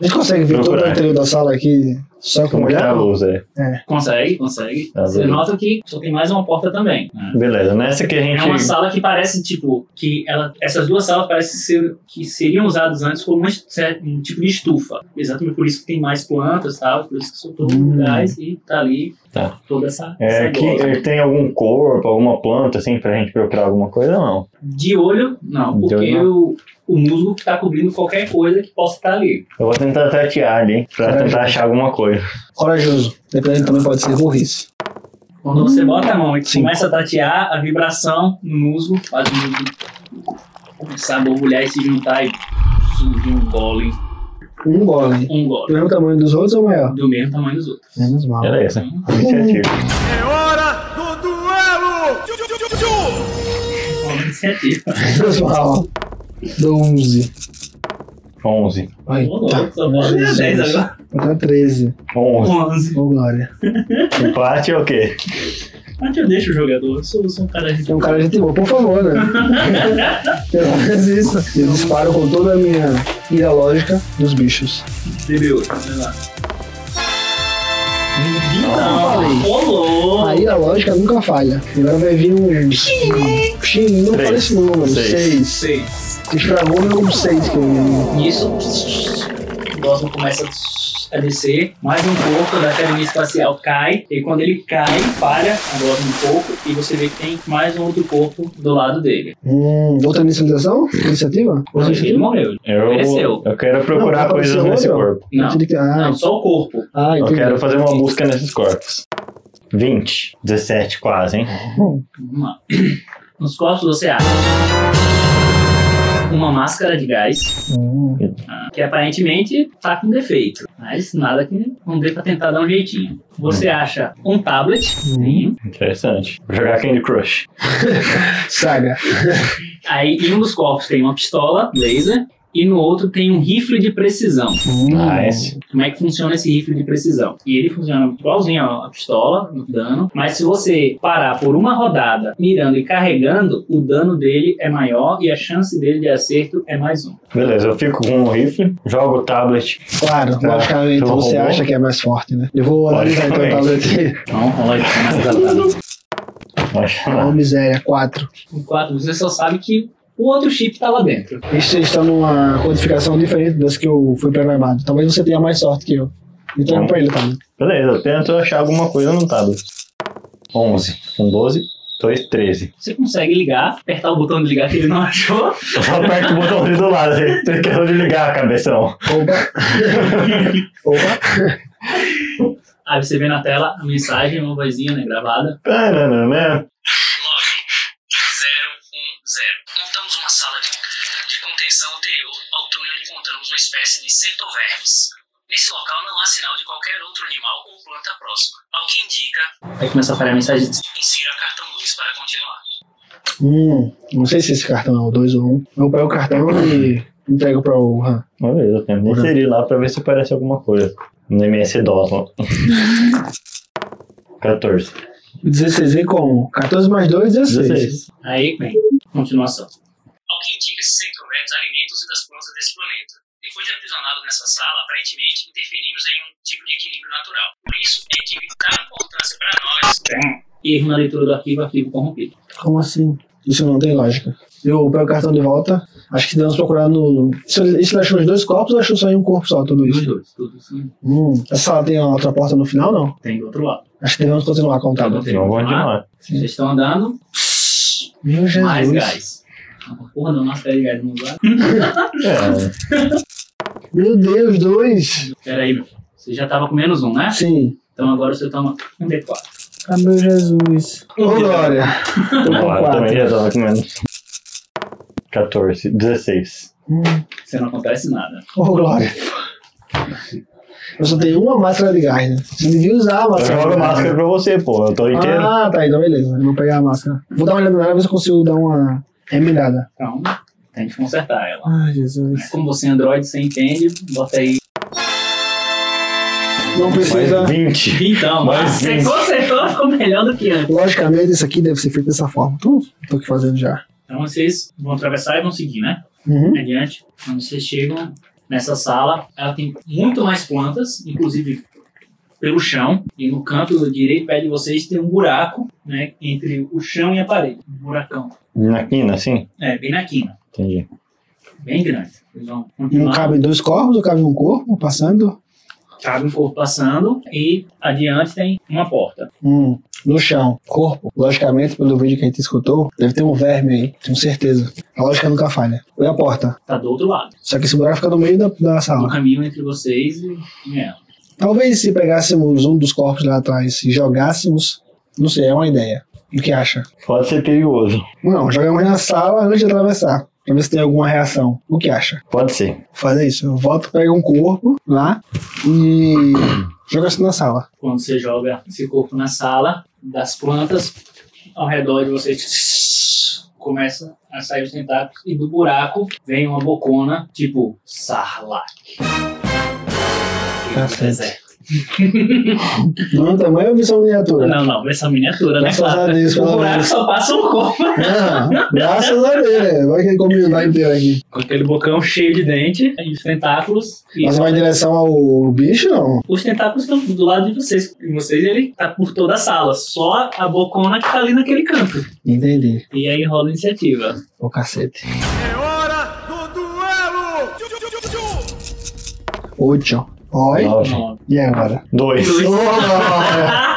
S4: A gente consegue ver todo o
S5: Procurar.
S4: interior da sala aqui só com o
S5: Como que tá a
S4: olhar?
S5: luz aí?
S3: Consegue, consegue.
S5: Tá
S3: Você
S5: bom. Ah,
S3: nota que só tem mais uma porta também. né?
S5: Beleza, nessa que a
S3: É uma
S5: gente.
S3: sala que parece, tipo, que ela, essas duas salas parecem ser, que seriam usadas antes como uma est- um tipo de estufa. Exatamente por isso que tem mais plantas e tal, por isso que soltou
S4: Hum.
S3: o gás e tá ali
S5: Tá.
S3: toda essa. essa
S5: É,
S3: bola.
S5: aqui tem algum corpo, alguma planta assim pra gente procurar alguma coisa? Não.
S3: De olho, não,
S5: De
S3: porque
S5: olho
S3: O, o musgo tá cobrindo qualquer coisa que possa estar ali.
S5: Eu vou tentar tatear ali, pra
S4: Corajoso.
S5: tentar achar alguma coisa.
S4: Corajoso. Dependendo também pode ser burrice.
S3: Quando você bota a mão e
S4: Sim.
S3: começa a tatear, a vibração no musgo faz o musgo começar a borbulhar e se juntar e surgir um golem.
S4: Um golem.
S3: Um golem.
S4: Do mesmo tamanho dos outros ou maior?
S3: Do mesmo tamanho dos outros.
S4: Menos mal.
S5: Beleza.
S4: Uhum.
S5: Iniciativa.
S3: Uma iniciativa.
S4: Menos mal. Do 11.
S5: 11.
S4: Ai,
S3: Ô, louco, só pode
S4: Jesus.
S3: ter 10 agora.
S4: tá 13.
S5: 11.
S3: 11.
S4: Ô, glória.
S5: Empate é o quê?
S3: Mas eu deixo o jogador. Eu sou, sou um cara de.
S4: Tem um cara de gente boa, por favor, né? Pelo menos isso. Eu disparo com toda a minha ira lógica dos bichos.
S3: DB8. Vai lá. Então,
S4: falei.
S3: Rolou.
S4: A ira lógica nunca falha. Agora vai vir um. Xiii, não
S5: Três.
S4: fala esse número.
S5: Seis.
S4: Seis.
S3: Seis.
S4: Estragou meu seis que é um- eu.
S3: Isso. O Gosmo começa a descer mais um pouco da academia espacial, cai. E quando ele cai, falha o Gosmo um pouco. E você vê que tem mais um outro corpo do lado dele.
S4: Hum, outra inicialização? Iniciativa?
S3: Ele
S4: Outra iniciativa?
S3: morreu. né?
S5: Eu,
S3: Apareceu.
S5: eu quero procurar
S4: Não, tá
S5: coisas
S4: apareceu
S5: nesse
S4: outro?
S5: corpo.
S3: Não.
S4: Eu tive que- Ah,
S3: Não, só o corpo.
S4: ah,
S5: Eu
S4: entendi.
S5: quero fazer uma busca nesses corpos. 20. 17 quase, hein?
S3: Vamos lá. Nos corpos você acha uma máscara de gás,
S4: Hum.
S3: ah, que aparentemente tá com defeito, mas nada que não dê pra tentar dar um jeitinho. Você acha um tablet, sim.
S5: Interessante. Vou jogar Candy Crush.
S4: Saga.
S3: aí em um dos corpos tem uma pistola laser e no outro tem um rifle de precisão.
S4: Hum.
S5: Nice.
S3: Como é que funciona esse rifle de precisão? E ele funciona igualzinho a pistola, no dano, mas se você parar por uma rodada mirando e carregando, o dano dele é maior e a chance dele de acerto é mais um.
S5: Beleza, eu fico com o rifle, jogo o tablet.
S4: Claro,
S5: Tá.
S4: logicamente
S5: Então,
S4: você
S5: robô.
S4: acha que é mais forte, né? Eu vou analisar então o tablet aqui.
S3: Então, né? rola aí, começa a dar dano.
S5: Não acho
S4: Ô,
S5: nada.
S4: miséria, 4.
S3: Com quatro, você só sabe que o outro chip tá lá dentro.
S4: Isso está numa codificação diferente das que eu fui programado. Talvez você tenha mais sorte que eu. Então é pra ele também.
S5: Beleza, eu tento achar alguma coisa no tablet. 11. Com 12, 2, 13.
S3: Você consegue ligar, apertar o botão de ligar que ele não achou.
S5: Eu só aperto o botão ali do lado, você tem que desligar a cabeção.
S4: Opa! Opa!
S3: Aí você vê na tela a mensagem, uma vozinha né, gravada.
S5: Tananana.
S3: 9010. Montamos uma sala de, de contenção anterior ao túnel e encontramos uma espécie de centovermes. Nesse local não há sinal de qualquer outro animal ou planta próxima. Ao que indica. Aí começa a aparecer a mensagem: insira cartão luz para continuar.
S4: Hum, não sei se esse cartão é o 2 ou 1. Um. Eu pego o cartão e entrego pra o Han.
S5: Beleza, eu tento inserir lá pra ver se aparece alguma coisa. No MS DOS lá. 14.
S4: 16 vem como? 14 mais 2, 16.
S5: 16.
S3: Aí vem. Continuação. Ao que indica, esses centrovermes alimentam-se das plantas desse planeta. Depois foi aprisionado nessa sala, aparentemente interferimos em um tipo de equilíbrio natural. Por isso é de vital importância para nós. Erro na leitura do arquivo, arquivo corrompido.
S4: Como assim? Isso não tem lógica. Eu pego o cartão de volta, acho que devemos procurar no. Isso isso ele achou os dois corpos ou achou só em um corpo só, tudo
S3: Os
S4: isso?
S3: dois, tudo sim.
S4: Hum, essa sala tem uma outra porta no final, não?
S3: Tem do outro lado.
S4: Acho que devemos continuar a contar.
S3: Tá bom.
S5: Não vou demais.
S4: Ah.
S3: Vocês estão andando,
S4: Meu Jesus.
S3: mais gás. Uma Porra, não, nossa, pera aí, não vai.
S5: É,
S4: Meu Deus, dois.
S3: Pera aí, meu. filho. Você já tava com menos um, né?
S4: Sim.
S3: Então agora você toma um D4.
S4: Ah, meu Jesus. Ô, Glória. Tô com
S5: lá, eu também
S4: quatro.
S5: já tava comendo. 14, 16.
S4: Hum.
S3: Você não acontece nada.
S4: Ô, Glória. Eu só tenho uma máscara de gás, né? Você devia usar a
S5: Eu
S4: máscara.
S5: jogo
S4: de
S5: a
S4: gás.
S5: máscara pra você, pô. Eu tô inteiro.
S4: Ah, tá. Então, beleza. Eu vou pegar a máscara. Vou dar uma olhada nela, ver se eu consigo dar uma remendada.
S3: Então, tente consertar ela.
S4: Ai, Jesus.
S3: Como você é Android, você entende, bota aí.
S4: Não precisa.
S5: Mais 20.
S3: Então,
S5: Mais
S3: você
S5: vinte.
S3: consertou, ficou melhor do que antes.
S4: Logicamente, isso aqui deve ser feito dessa forma. Tô, tô aqui fazendo já.
S3: Então vocês vão atravessar e vão seguir, né?
S4: Uhum.
S3: Adiante. Quando vocês chegam nessa sala, ela tem muito mais plantas, inclusive pelo chão. E no canto direito, perto de vocês, tem um buraco, né? Entre o chão e a parede. Um buracão.
S5: Na quina, assim?
S3: É, bem na quina.
S5: Entendi.
S3: Bem grande. Eles vão
S4: Não
S3: continuar.
S4: cabe dois corpos, ou cabe um corpo passando?
S3: Cabe um corpo passando e adiante tem uma porta.
S4: Hum, no chão. Corpo. Logicamente, pelo vídeo que a gente escutou, deve ter um verme aí. Tenho certeza. A lógica nunca falha. Foi a porta.
S3: Tá do outro lado.
S4: Só que esse buraco fica no meio da, da
S3: O
S4: sala.
S3: caminho entre vocês e e ela.
S4: Talvez se pegássemos um dos corpos lá atrás e jogássemos, não sei, é uma ideia. O que acha?
S5: Pode ser perigoso.
S4: Não, jogamos na sala antes de atravessar. Pra ver se tem alguma reação. O que acha?
S5: Pode ser.
S4: Fazer isso. Eu volto, pego um corpo lá e jogo assim na sala.
S3: quando você joga esse corpo na sala das plantas, ao redor de você começa a sair os tentáculos e do buraco vem uma bocona tipo sarlac.
S4: Tá certo. Não, é tamanho ou visão miniatura?
S3: Não, não, versão miniatura, né?
S4: Graças a
S3: Claro.
S4: Deus,
S3: O
S4: pelo
S3: buraco
S4: menos.
S3: só passa um corpo.
S4: Ah, graças a Deus, né? Vai que ele come o bairro inteiro aqui.
S3: Com aquele bocão cheio de dente e os tentáculos. E
S4: Mas vai em direção ao bicho, não?
S3: os tentáculos estão do lado de vocês. E vocês, ele tá por toda a sala. Só a bocona que tá ali naquele canto.
S4: Entendi.
S3: E aí rola a iniciativa.
S4: Ô, cacete. É Oito. Oi.
S5: 9.
S3: Nove.
S4: E agora?
S5: 2.
S3: Dois.
S4: Opa!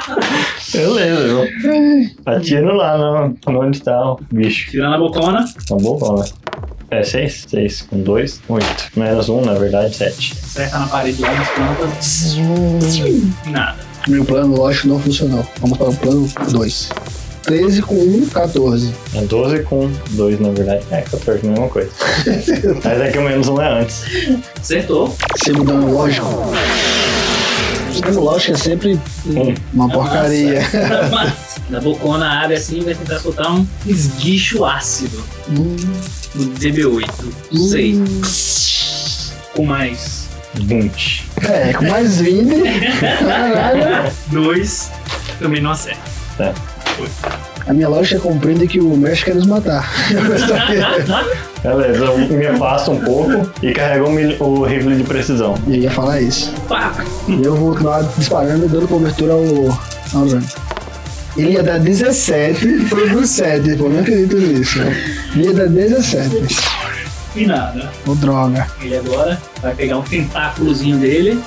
S5: Beleza, viu? Atiro Tá lá no, no onde tá o bicho.
S3: Tirando a bocona.
S5: Tá bom, né? É 6? 6 com 2, 8. Menos 1, na verdade, 7.
S3: acerta na parede lá nas plantas, nada.
S4: Meu plano, lógico, não funcionou. Vamos para o plano 2. 13 com 1, 14.
S5: É 12 com 2, na verdade. É 14, mesma coisa. Mas é que o menos 1 é antes.
S3: Acertou.
S4: Se mudando lógico. Mudando lógico é sempre
S5: Um.
S4: uma porcaria.
S3: Mas, da bocona abre assim vai tentar soltar um esguicho ácido
S4: Hum.
S3: no DB8. Não sei. Com mais
S5: 20.
S4: É, com mais 20. Caralho.
S3: dois, também não acerta.
S4: A minha lógica compreende que o México quer nos matar.
S5: Beleza, eu me afasto um pouco e carrego o, mil- o rifle de precisão.
S4: Eu ia falar isso.
S3: Pá!
S4: E eu vou continuar disparando e dando cobertura ao. ao Zan. Ele ia dar 17, foi pro 7, pô, não acredito nisso. Ele ia dar 17.
S3: E nada.
S4: Ô, droga.
S3: Ele agora vai pegar um tentáculozinho dele.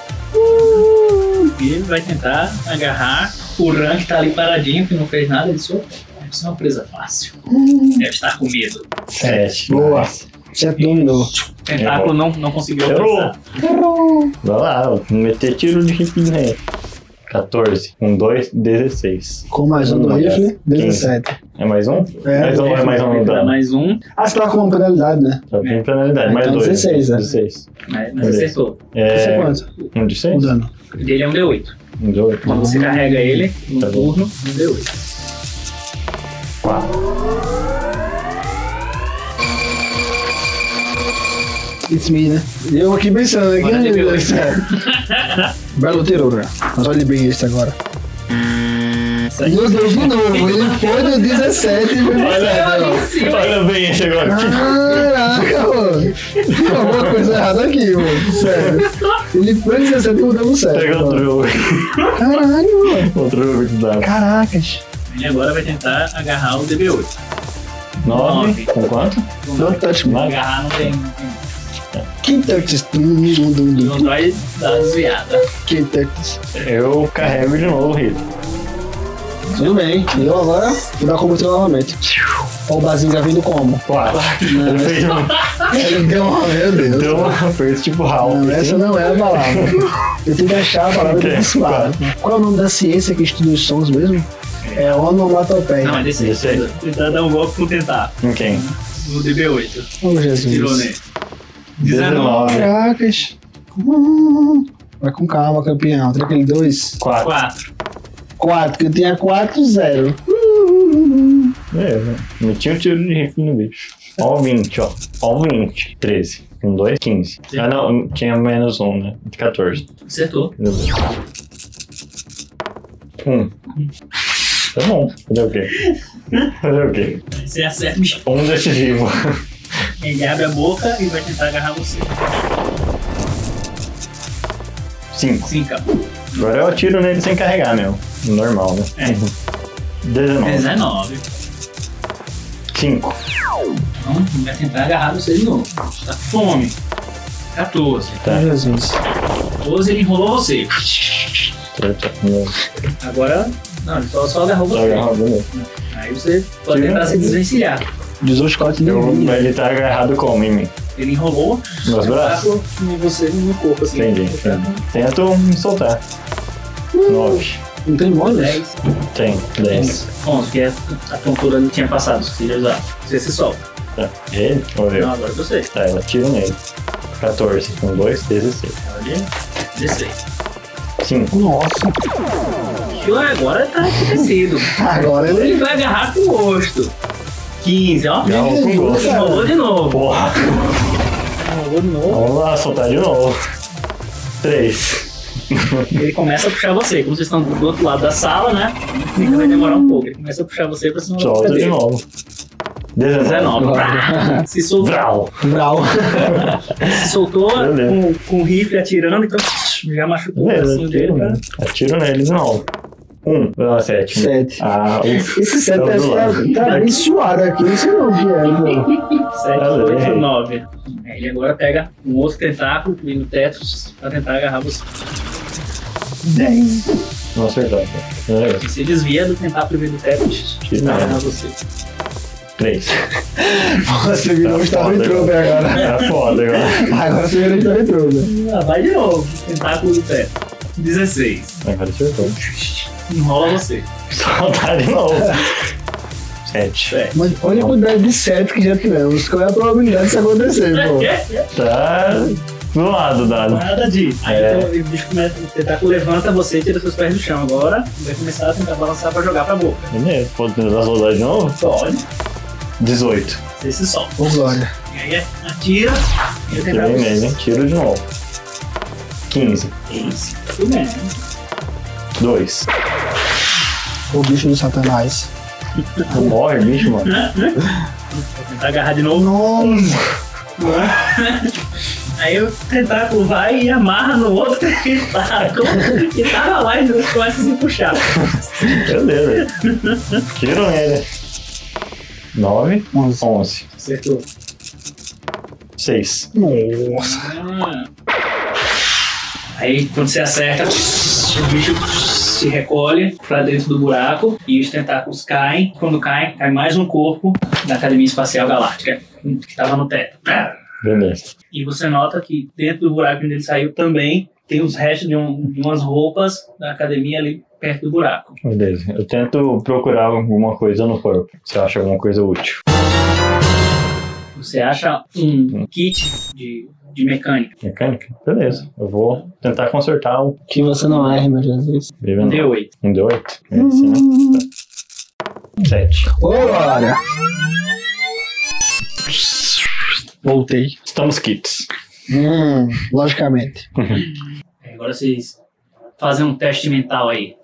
S3: E ele vai tentar agarrar o Ran que tá ali paradinho, que não fez nada. Ele só deve ser é uma presa fácil. Deve estar com medo.
S5: 7.
S4: Boa. 7 dominou.
S5: É
S3: Tentáculo É, não, não conseguiu
S5: Errou.
S3: alcançar.
S5: Vai lá, eu vou meter tiro de rifle nele. 14 com 2, 16.
S4: Com mais um do
S5: Hum,
S4: rifle, 17.
S5: É mais um?
S4: É,
S5: mais um, é mais um.
S3: Dá
S5: dano.
S3: mais um,
S4: Ah, você tava com uma penalidade, né?
S5: Só tem penalidade, mais
S4: Então,
S5: dois.
S4: 16, né?
S5: 16.
S3: mas, mas
S5: Beleza.
S3: acertou.
S4: Isso é
S5: É,
S4: quanto?
S5: um de
S4: O
S5: 6?
S4: dano.
S3: O dele é um D8.
S5: Um de 8.
S3: Quando você carrega ele no
S5: Tá bom.
S3: turno, um D8.
S5: 4.
S4: It's me, né? E eu aqui pensando, né?
S3: Olha,
S4: Que
S3: deu
S4: Belo terror, né? Mas olhe bem esse agora. Meu Deus, de novo. Ele foi do 17 e foi pra
S5: Olha,
S4: zero.
S5: olha bem esse agora.
S4: Caraca, mano. Tem alguma coisa errada aqui, mano. Sério. Ele foi do 17 e mudou o
S5: Pega outro
S4: 7.
S5: jogo.
S4: Caralho, mano.
S5: Outro jogo de dado.
S4: Caracas.
S3: Ele agora vai tentar agarrar o DB8.
S5: 9.
S3: Nove.
S5: Com quanto?
S4: Don't touch me.
S3: Agarrar não tem. não tem-
S4: Quem touches? Dum, dum, dum, dum.
S3: Não dói dar desviada.
S4: Quem touches?
S5: Eu carrego de novo o hit.
S4: Tudo bem. E eu agora vou dar combustível novamente. Ó, o Bazinho já vindo como?
S5: 4. Ele fez um.
S4: Ele deu uma- Meu Deus.
S5: Deu um aperto tipo
S4: Não,
S5: Ralph.
S4: essa
S5: assim.
S4: não é a palavra. Eu tenho que achar a palavra
S5: Ok,
S4: okay, claro. Qual é o nome da ciência que estuda os sons mesmo? É onomatopeia.
S3: Não, é desse jeito. Tentar dar um golpe com tentar.
S5: Em quem?
S3: No DB8.
S4: Oh,
S3: Tirou
S4: Jesus.
S3: nele. 19.
S4: Caracas. Hum. Vai com calma, campeão. Tem aquele 2.
S5: 4.
S3: 4.
S4: 4, que eu tinha 4, 0.
S5: É, né? meti um tiro de rifle no bicho. Ó o 20, ó. Ó o 20. 13. Um, dois, 15. Ah, não. Tinha menos um, né? 14.
S3: Acertou.
S5: Um. Tá bom. Fazer o quê? Fazer o quê?
S3: Você acerta o
S5: Um decisivo.
S3: Ele abre a boca e vai tentar agarrar você.
S5: Cinco.
S3: Sim, cara.
S5: Agora eu atiro nele sem carregar, meu. Normal, né?
S3: É.
S5: 19.
S3: 19.
S5: 5.
S3: Então, ele vai tentar agarrar você de novo. Tá com fome. 14.
S5: Tá.
S4: Oh, Jesus.
S3: 14, ele enrolou você. Agora, não, ele só, só agarrou você. Aí você pode
S5: Tira.
S3: tentar se desvencilhar.
S4: 18 cortes de
S5: Eu,
S4: vida.
S5: ele tá agarrado como em mim?
S3: Ele enrolou
S5: Nos
S3: ele
S5: braços?
S3: tá com você no corpo. Assim,
S5: Entendi,
S3: Tá com
S5: entendi. Tento me soltar. 9.
S4: Não tem bônus?
S3: 10,
S5: Tem. 10.
S3: 11, 11, que é a tontura não tinha passado. Você já usava. Você se solta.
S5: Tá. Ele? Ou eu?
S3: Não, agora é você.
S5: Tá, eu atiro nele. 14. 1, 2, 16.
S3: Olha, 16.
S5: 5.
S4: Nossa.
S3: E agora tá acontecido.
S4: Agora ele.
S3: Ele vai agarrar com gosto. 15, ó.
S5: Não, com gosto.
S3: Enrolou de novo.
S5: Porra.
S4: Agora de novo.
S5: Vamos lá, soltar de novo. 3.
S3: Ele começa a puxar você. Como vocês estão do outro lado da sala, né? Ele vai demorar um pouco. Ele começa a puxar você pra cima da
S5: Solta de
S3: cadeira.
S5: novo. 19.
S3: 19. Prá! Se soltou,
S5: Vrau.
S4: é Brau.
S3: se soltou com,
S5: Beleza.
S3: com o rifle atirando, então já machucou o
S5: Beleza,
S3: bracinho dele. né?
S5: atiro
S3: Pra...
S5: nele. Atiro nele de novo. 1. Ah, 7.
S4: 7.
S5: Ah, ufa.
S4: Esse 7
S5: Tá do lado.
S4: tá, tá bem suado aqui. Não sei não o que é, pô.
S3: 7,
S5: Ah,
S3: 8,
S5: errei.
S3: 9. Ele agora pega um outro tentáculo que vem no teto pra tentar agarrar você.
S5: Não acertou.
S3: E se desvia do tentáculo que vem no teto
S5: Que
S3: pra
S5: merda.
S3: agarrar você.
S5: 3.
S4: Você virou um o Star Trooper agora.
S5: Tá foda agora.
S4: Ah, Agora você virou o Star Trooper.
S3: Ah, vai de novo. Tentáculo do teto. 16.
S5: Agora acertou.
S3: Enrola você.
S5: Soltar de novo. 7.
S3: Sete.
S4: Mas olha a quantidade de 7 que já tivemos. Qual é a probabilidade disso acontecer,
S3: é,
S4: pô?
S5: Tá do lado, dado.
S3: Nada de. Aí
S5: É.
S3: então, o bicho começa, o tentáculo levanta você, tira seus pés do chão agora, e vai começar a tentar balançar pra jogar pra boca.
S5: Primeiro, pode tentar soltar de novo?
S3: Pode,
S5: 18.
S3: você se solta.
S4: Ô, Glória.
S3: E aí atira, e o
S5: Tirei
S3: tentáculo.
S5: nele, tiro de novo. 15.
S3: Isso, tudo bem.
S5: 2.
S4: O bicho do satanás.
S5: Não morre, bicho, mano.
S3: Vou tentar agarrar de novo.
S4: Nossa.
S3: Aí o tentáculo vai e amarra no outro tentáculo que tava lá e eles começam a se puxar.
S5: Beleza. Tiro nele. 9. 11.
S3: Acertou.
S5: 6.
S4: Nossa.
S3: Ah. Aí quando você acerta, o bicho se recolhe pra dentro do buraco e os tentáculos caem. Quando caem, cai mais um corpo da Academia Espacial Galáctica, que tava no teto.
S5: Beleza.
S3: E você nota que dentro do buraco onde ele saiu também tem os restos de, um- de umas roupas da academia ali perto do buraco.
S5: Beleza. Eu tento procurar alguma coisa no corpo. Se eu acho alguma coisa útil.
S3: Você acha um kit de, de mecânica,
S5: Mecânica? Beleza. Eu vou tentar consertar um.
S4: Que você não erre, meu Jesus.
S3: um
S5: Bebendo.
S3: D8.
S5: Um de oito? É esse, né? Tá. Sete.
S4: Ô, Glória. Voltei.
S5: Estamos kits.
S4: Hum, logicamente.
S3: É, Agora vocês fazem um teste mental aí.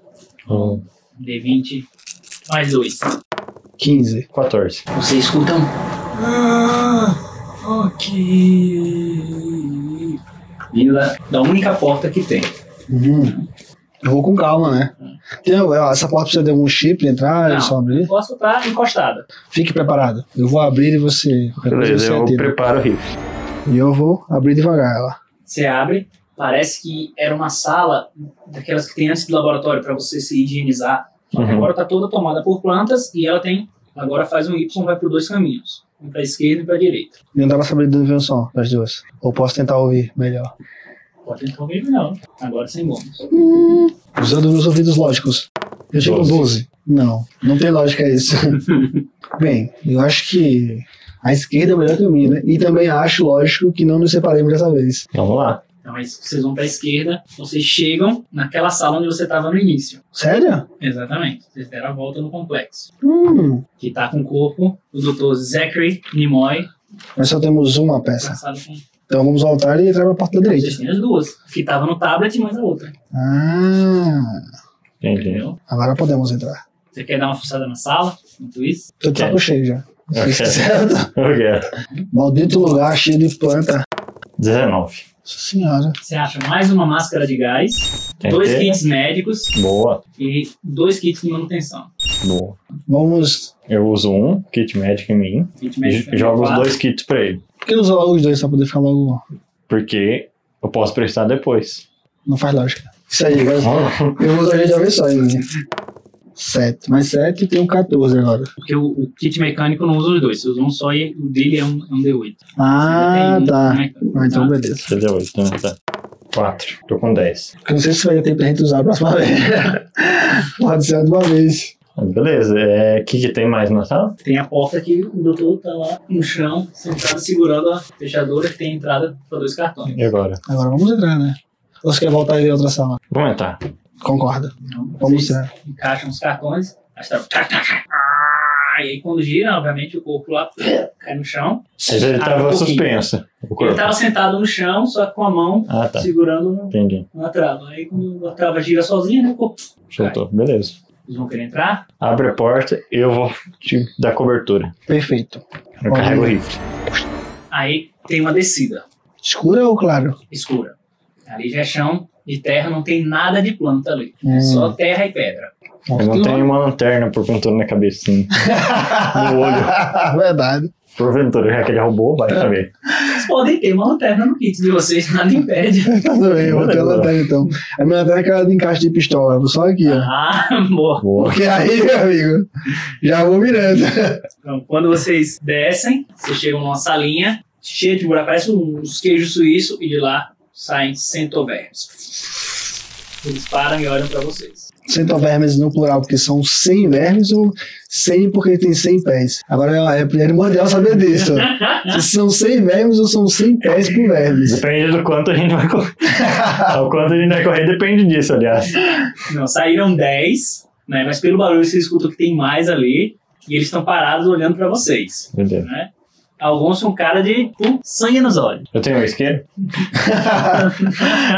S5: Um,
S3: D20 mais 2.
S4: 15.
S5: 14.
S3: Você escuta um. Ah, ok. Vindo da, da única porta que tem.
S4: Uhum. Eu vou com calma, né? Tem, ó, essa porta precisa de algum chip pra entrar,
S3: Não.
S4: é só abrir.
S3: Posso tá encostada.
S4: Fique preparado. Eu vou abrir e você. qualquer coisa
S5: Beleza,
S4: você
S5: eu
S4: atira.
S5: preparo o rifle.
S4: E eu vou abrir devagar ela.
S3: Você abre, parece que era uma sala daquelas que tem antes do laboratório para você se higienizar. Só que
S5: Uhum.
S3: Agora tá toda tomada por plantas e ela tem. Agora faz um Y, vai por dois caminhos. Um pra esquerda e um pra direita.
S4: E não dá pra saber de onde vem o som das duas. Ou posso tentar ouvir melhor.
S3: Pode tentar ouvir melhor. Agora sem bônus.
S4: Usando meus ouvidos lógicos. Eu digo
S5: Doze.
S4: 12. Não, não tem lógica isso. Bem, eu acho que a esquerda é o melhor caminho, né? E também acho lógico que não nos separemos dessa vez.
S5: Vamos lá.
S3: Então é isso. Vocês vão pra esquerda, vocês chegam naquela sala onde você tava no início.
S4: Sério?
S3: Exatamente. Vocês deram a volta no complexo.
S4: Hum.
S3: Que tá com o corpo do Dr. Zachary Nimoy,
S4: Nós só temos uma peça.
S3: traçado com.
S4: Então vamos voltar e entrar na porta da
S3: Vocês
S4: direita.
S3: têm as duas. Que tava no tablet, mais a outra.
S4: Ah,
S5: Entendi.
S3: Entendeu?
S4: agora podemos entrar.
S3: Você quer dar uma fuçada na sala? Enquanto isso?
S4: Tô de saco
S5: Quero.
S4: cheio já.
S5: Eu quero.
S4: Certo?
S5: Eu quero.
S4: Maldito lugar cheio de planta.
S5: 19.
S4: Nossa senhora.
S3: Você acha mais uma máscara de gás,
S5: Tem
S3: dois
S5: que-
S3: kits médicos
S5: Boa,
S3: e dois kits de manutenção.
S5: boa.
S4: Vamos.
S5: Eu uso um kit médico em mim
S3: Kit
S5: e
S3: médico
S5: j- jogo os
S3: quatro.
S5: dois kits pra ele.
S4: Por que não usar logo os dois pra poder ficar logo.
S5: Porque eu posso prestar depois.
S4: Não faz lógica. Isso aí, agora eu vou usar de vez só, hein? 7. Mais 7 tem um 14 agora.
S3: Porque o, o kit mecânico não usa os dois, você usa um só e o dele é um, é um D8. Ainda
S4: Ah,
S3: tem um
S4: tá.
S3: mecânico,
S4: Ah, então
S3: tá?
S4: beleza.
S5: Cadê o 8? Tá. 4. Tô com 10.
S4: Porque eu não sei se vai ter tempo pra gente usar a próxima vez. Pode ser de uma vez.
S5: Beleza. É, O que, que tem mais na sala?
S3: Tem a porta que o doutor tá lá no chão, sentado, segurando a fechadura que tem entrada para dois cartões.
S5: E agora?
S4: Agora vamos entrar, né? Ou você quer voltar e ver outra sala?
S5: Vamos entrar.
S4: Concordo.
S3: Então,
S4: Vamos
S3: vocês
S4: entrar.
S3: encaixam os cartões, as tra- tá, tá, tá. Ah, E aí quando gira, obviamente, o corpo lá cai no chão.
S5: Ele, ele
S3: Ah,
S5: tava
S3: um pouquinho.
S5: suspenso. O
S3: Ele tá-
S5: corpo.
S3: tava sentado no chão, só que com a mão
S5: Ah, tá.
S3: segurando um,
S5: Entendi.
S3: na trava. Aí quando a trava gira sozinha, né, o corpo.
S5: Soltou. Beleza.
S3: Eles vão querer entrar?
S5: Abre a porta, eu vou te dar cobertura.
S4: Perfeito.
S5: Eu
S4: Olha
S5: carrego o
S4: aí.
S5: rifle.
S3: Aí tem uma descida
S4: Escura ou claro?
S3: escura. Ali já é chão de terra, não tem nada de planta ali. É
S4: Hum.
S3: Só terra e pedra.
S5: Eu não tenho uma lanterna porventura na cabeça, sim. no olho.
S4: Verdade.
S5: Porventura, já que ele roubou, vai saber.
S3: Vocês podem ter uma lanterna no kit de vocês, nada impede.
S4: Tá tudo bem, eu vou ter a lanterna então. A minha lanterna é aquela de encaixe de pistola, eu vou só aqui, ó.
S3: Ah, boa.
S5: Boa.
S4: Porque aí, meu amigo, já vou mirando.
S3: Então, quando vocês descem, vocês chegam numa salinha cheia de buraco, parece uns queijos suíços, e de lá saem centovermes. Eles param e olham pra vocês.
S4: Centovermes no plural, porque são 100 vermes ou 100 porque ele tem 100 pés. Agora é primordial saber disso. Se são 100 vermes ou são 100 pés por vermes.
S5: Depende do quanto a gente vai correr. o quanto a gente vai correr depende disso, aliás.
S3: Não, saíram 10, né? Mas pelo barulho vocês escutam que tem mais ali. E eles estão parados olhando pra vocês,
S5: Meu Deus.
S3: né? Alguns são cara de pum, sangue nos olhos.
S5: Eu tenho um isqueiro?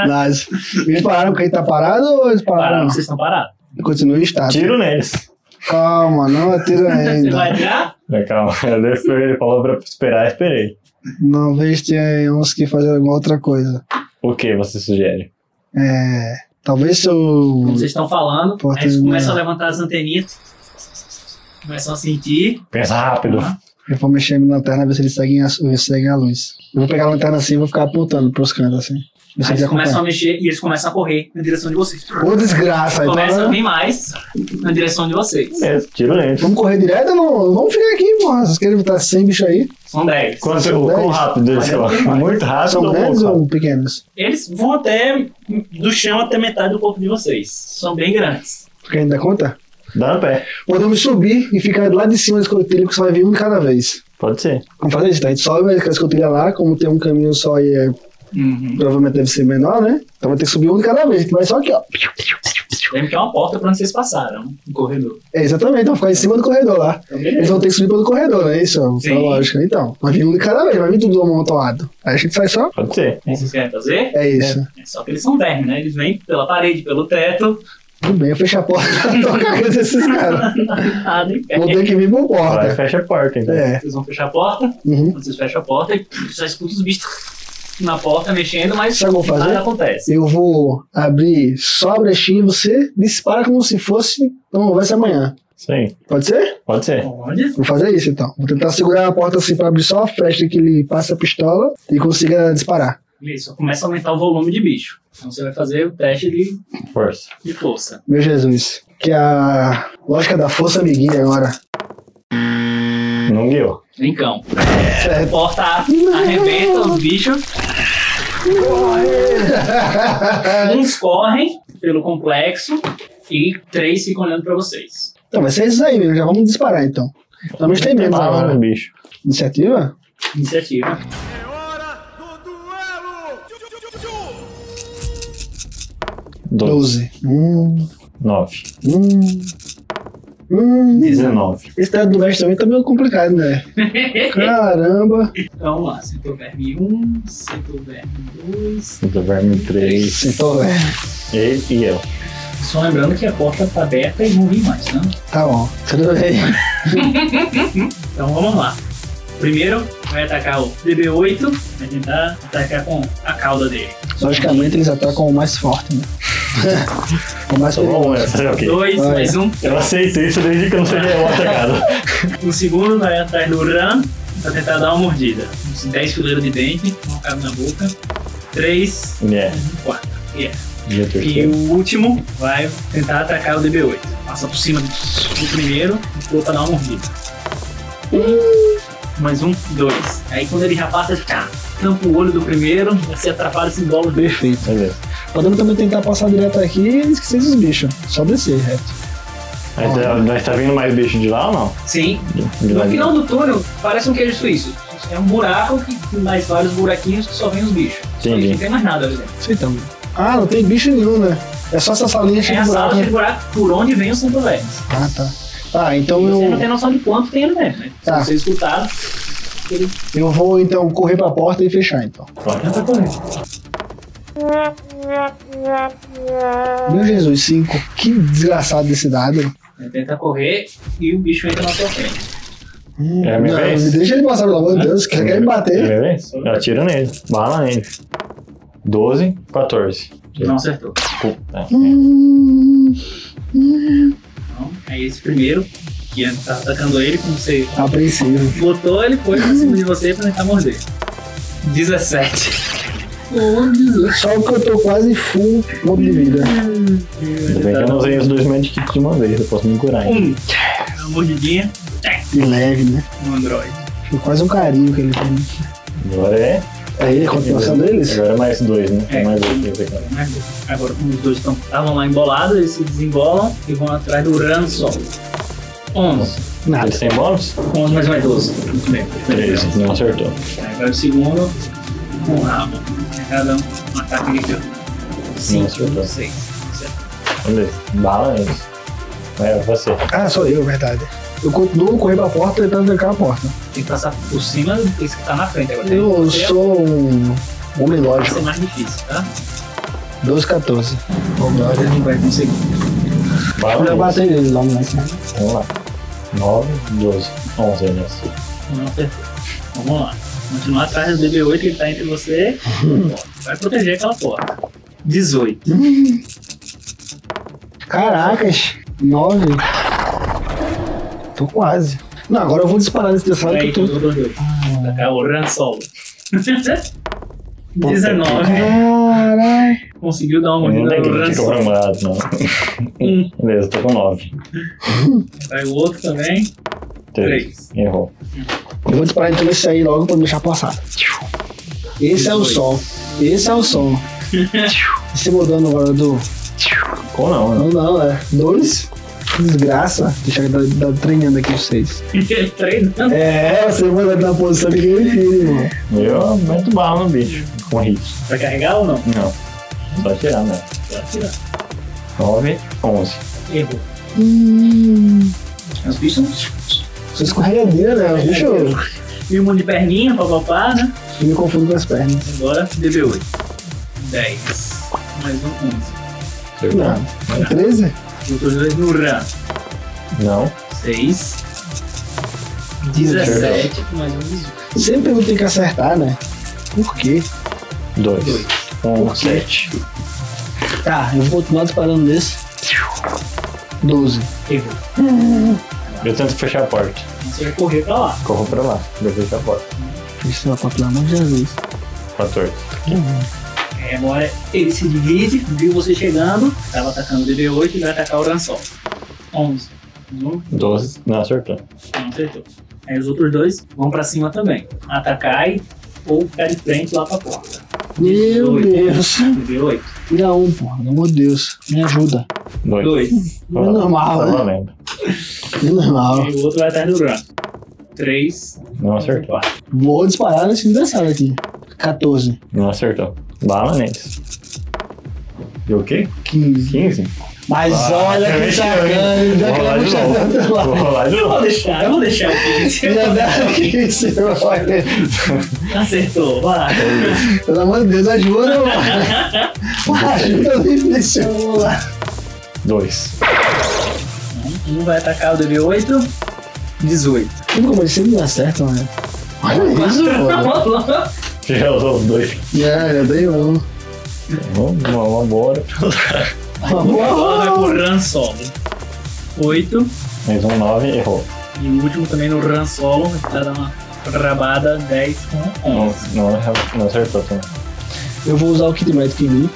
S4: Mas eles pararam porque ele tá parado ou eles
S3: Pararam,
S4: pararam?
S3: vocês estão parados.
S4: Continua em estado.
S5: Tiro neles.
S4: Calma, não atira
S3: Você
S4: ainda.
S3: vai já?
S5: Mas Calma, ele falou pra esperar, eu esperei.
S4: Não vejo se tem uns que fazer alguma outra coisa.
S5: O que você sugere?
S4: É. Talvez se eu.
S3: Quando vocês estão falando,
S4: Pô,
S3: aí eles
S4: tem-
S3: começam a levantar as anteninhas. Começam a sentir.
S5: Pensa rápido.
S4: Eu vou mexer minha lanterna, ver se eles seguem a, ver se seguem a luz. Eu vou pegar a lanterna assim e vou ficar apontando pros cantos assim. Ver se
S3: Aí
S4: eles
S3: eles começam
S4: acompanham.
S3: a mexer e eles começam a correr na direção de vocês.
S4: Ô, desgraça! aí tá
S3: Começam a
S4: vendo?
S3: vir mais na direção de vocês.
S5: É, tiro neles.
S4: Vamos correr direto ou não? Vamos ficar aqui, porra. Vocês querem botar 100 bichos aí?
S3: São 10.
S5: Quanto,
S4: São
S5: quão
S4: dez?
S5: rápido eles
S3: Olha, tem
S5: correm?
S3: mais.
S5: Muito rápido
S4: São
S5: ou pouco
S4: grandes
S5: rápido?
S4: ou pequenos?
S3: Eles vão até do chão até metade do corpo de vocês. São bem grandes.
S4: Porque ainda conta?
S5: Dá no pé.
S4: Podemos subir e ficar lá de cima da escotilha, que só vai vir um de cada vez.
S5: Pode ser.
S4: Vamos fazer isso, tá? A gente sobe a escotilha lá, como tem um caminho só e é,
S3: Uhum.
S4: provavelmente deve ser menor, né? Então vai ter que subir um de cada vez, que vai só aqui, ó.
S3: Lembra que é uma porta pra onde vocês passaram, no corredor.
S4: É, exatamente, vão ficar em cima do corredor lá.
S3: Então,
S4: Eles
S3: beleza.
S4: vão ter que subir pelo corredor, né? Isso,
S3: Sim.
S4: é lógico. Então, vai vir um de cada vez, vai vir tudo amontoado. Aí a gente sai só.
S5: Pode ser.
S3: O que vocês querem fazer?
S4: É isso.
S3: É só que eles são vermes, né? Eles vêm pela parede, pelo teto,
S4: Tudo bem, eu fecho a porta e toco a cabeça desses caras.
S3: Nada
S4: Vou
S3: impede.
S4: ter que vir por
S5: Vai,
S4: porta.
S5: fecha a porta, então.
S4: É.
S3: É, Vocês vão fechar a porta.
S4: Uhum.
S3: Quando vocês fecham a porta, e só escuta os bichos na porta mexendo, mas
S4: Sabe o que eu vou fazer?
S3: nada acontece.
S4: Eu vou abrir só a brechinha e você dispara como se fosse uma conversa amanhã.
S5: Sim,
S4: Pode ser?
S5: pode ser.
S3: Onde?
S4: Vou fazer isso então. Vou tentar segurar a porta assim pra abrir só a fresta que ele passa a pistola e consiga disparar.
S3: Beleza, só começa a aumentar o volume de bicho. Então você vai fazer o teste de,
S5: Força.
S3: de força.
S4: Meu Jesus. Que a lógica da força amiguinha agora.
S5: Não guiou.
S3: Brincão.
S4: É.
S3: Porta arrebenta os bichos. Uns correm pelo complexo e três ficam olhando pra vocês.
S4: Então vai ser isso aí, meu. Já vamos disparar então. Pelo menos tem menos
S5: Ah,
S4: agora.
S5: no bicho.
S4: Iniciativa?
S3: Iniciativa.
S5: Doze.
S4: 12. Hum.
S5: Nove.
S4: Hum. Hum.
S5: Dezenove.
S4: Esse dado do mestre também tá meio complicado, né? Caramba.
S3: Então vamos lá, sentou verme 1, sentou verme 2.
S5: Do verme três.
S4: Então, é.
S5: E, e eu.
S3: Só lembrando que a porta tá aberta e não vi mais, né?
S4: Tá bom. Tudo bem.
S3: Então vamos lá. Primeiro vai atacar o DB8, vai tentar atacar com a cauda dele.
S4: Logicamente eles atacam o mais forte, né? o mais
S5: Tá bom,
S4: perigoso.
S5: é. Fazer o quê?
S3: Dois,
S4: Vai.
S3: mais um.
S5: Eu aceito isso desde que eu não seja eu atacado.
S3: O Um segundo vai atrás do Ran pra tentar dar uma mordida. Uns 10 fileiros de dente, colocado na boca. Três,
S5: É.
S3: quatro. Yeah.
S5: E o
S3: E
S5: terceiro.
S3: o último vai tentar atacar o DB8. Passa por cima do do primeiro e pula pra dar uma mordida. Mais um, dois. Aí quando ele já passa, tá, tampa o olho do primeiro, você atrapalha esse bolo dele.
S4: Perfeito.
S5: Beleza.
S4: Podemos também tentar passar direto aqui e esquecer dos bichos. Só descer, é. reto.
S5: Aí tá, mas tá vindo mais bicho de lá ou não?
S3: Sim,
S5: De lá
S3: No
S5: de
S3: final do túnel, parece um queijo suíço. É um buraco que tem mais vários buraquinhos que só vem os bichos. Só que
S5: Entendi.
S3: Não tem mais nada ali dentro.
S4: Sei também. Ah, não tem bicho nenhum, né? É só essa salinha
S3: É
S4: cheia
S3: a
S4: de
S3: sala
S4: buraco.
S3: cheia
S4: Né?
S3: de buraco por onde vem o Santo Vermes.
S4: Ah, tá. Ah, então
S3: E Você não
S4: eu,
S3: tem noção de quanto tem ali dentro, né? Se
S4: Tá.
S3: você escutar, ele
S4: eu vou então correr pra porta e fechar então.
S3: já tá correndo.
S4: Meu Jesus, 5. Que desgraçado desse dado.
S3: Ele né, tenta correr e o bicho entra na sua frente.
S4: Hum,
S5: É a minha
S4: não,
S5: vez? Ah. É.
S4: me deixa ele passar, pelo amor de Deus. Quer, quer me bater?
S5: Primeira vez? Eu atiro nele. Bala nele. 12, 14.
S3: Não acertou.
S5: Puta.
S4: Hum,
S3: Então, é esse primeiro que tá atacando ele, como você
S4: apreensivo.
S3: botou, ele foi pra cima de você pra tentar morder. 17. Oh, 18.
S4: Só que eu tô quase full ponto de vida.
S5: Ainda bem que eu não usei os dois medkits de uma vez, eu posso me curar. ainda.
S3: tá Um. Uma mordidinha
S4: E leve, né?
S3: no Android.
S4: Foi quase um carinho que ele tem.
S5: Agora é.
S4: Aí, a continuação deles?
S5: Agora é mais dois, né?
S3: É.
S5: Mais dois. que eu tenho.
S3: Mas Agora, como os dois estão estavam lá embolados, eles se desembolam e vão atrás do Urano Sol. 11.
S4: Nada.
S5: Eles têm bônus?
S3: 11 mais mais 12. Muito bem.
S5: 13. Não acertou.
S3: Aí vai o segundo com o rabo. Cada um um ataque de campo.
S5: acertou.
S3: 5, 6.
S5: Beleza. Bala neles. É, você.
S4: Ah, sou eu, verdade. Eu continuo correndo pra porta tentando trancar a porta.
S3: Tem que passar por cima desse que tá na frente agora.
S4: Eu
S3: Tem que
S4: sou um homem
S3: Vai ser
S4: lógico.
S3: mais difícil, tá?
S4: 12, 14.
S3: Agora ele vai conseguir.
S4: Eu já
S5: Bala neles.
S4: batei nele lá, moleque.
S5: Vamos lá. 9, 12, 11 neles.
S3: Não acertou. Vamos lá. Continuar atrás do DB8 que tá entre você.
S4: Uhum.
S3: Vai proteger aquela porta. 18.
S4: Caracas, 9. Tô quase. Não, agora eu vou disparar nesse terceiro que
S3: Peraí,
S4: eu
S3: que
S4: tô.
S3: eu dou dois. Tá, o Ran Solo. 19.
S4: Caralho.
S3: Conseguiu dar uma
S5: Não
S3: mordida
S5: tem
S3: no
S5: que
S3: Ran
S5: ficar
S3: Solo.
S5: comemorado, não.
S3: Um.
S5: Beleza, tô com 9.
S3: Vai o outro também.
S5: 3. Errou.
S4: Eu vou disparar então esse aí logo pra não deixar passar. Esse é o som. Esse é o som. Se mudando agora do.
S5: Ou não, né?
S4: Não, não, é. Dois? Desgraça. Deixa eu dar, dar treinando aqui vocês.
S3: Ele treinando.
S4: É, você vai dar na posição que ele tira, irmão.
S5: Eu meto bala no bicho. Com hit.
S3: Vai carregar ou não?
S5: Não. Só atirar, né?
S3: Vai atirar.
S5: 9, 11.
S3: Errou. Os bichos.
S4: Você escorregadeira, né? Deixa eu
S3: E um monte de perninha, papapá, né?
S4: eu me confundo com as pernas.
S3: Agora, DB8. 10. Mais um 11.
S5: Acertou.
S4: Não. 13?
S3: Juntos dois no RAM.
S5: Não.
S3: 6. 17, mais um 18.
S4: Sempre eu tenho que acertar, né? Por quê?
S5: Dois.
S3: Dois.
S5: Um,
S4: Por quê?
S5: sete.
S4: Tá, eu vou continuar disparando nesse. 12.
S3: Errou.
S5: Eu tento fechar a porta.
S3: Você vai correr pra lá.
S5: Corro pra lá. Eu fecho a porta.
S4: Isso é pelo amor de Jesus.
S5: 14.
S3: É, agora ele se divide, viu você chegando, tava atacando o DB8 e vai atacar o Rançol. 11. Não,
S5: 12. Não acertou.
S3: não acertou. Aí os outros dois vão pra cima também. Atacar e ou ficar de frente lá pra porta.
S4: Meu Deus.
S3: DB8.
S4: Tira um, porra. Pelo amor de Deus. Me ajuda.
S5: Dois.
S3: 2.
S4: Não é normal,
S5: Tá
S4: né?
S5: valendo.
S4: Não é normal.
S3: E o outro vai atrás do Gran. 3.
S5: Não acertou.
S4: Vou disparar nesse engraçado aqui. 14.
S5: Não acertou. Bala neles. E o quê?
S4: 15.
S5: 15?
S4: Mas
S5: Ah,
S4: olha que sacana. Já que
S5: Vou
S4: ela
S5: rolar de
S4: puxa tanto
S5: novo. Vou
S4: lá.
S5: rolar de
S3: Eu vou
S5: novo.
S3: deixar, eu vou deixar o que
S4: Já dá aqui, senhor.
S3: acertou. Vai lá.
S4: Pelo amor de Deus, ajuda, mano. Ajuda, bicho.
S5: Dois.
S3: Um vai atacar o DB8. 18.
S4: Como que eu sempre não acerta, né? Olha isso, pô.
S5: Já usou os dois.
S4: Já, já dei um.
S5: Vamos, vamos embora.
S3: Agora vai pro Ran solo. 8.
S5: Mais um 9, errou.
S3: E o último também no Ran solo. que Tá dando uma rabada 10 com
S5: Não,
S3: 11.
S5: não, não acertou também.
S4: Eu vou usar o kit médico em mim.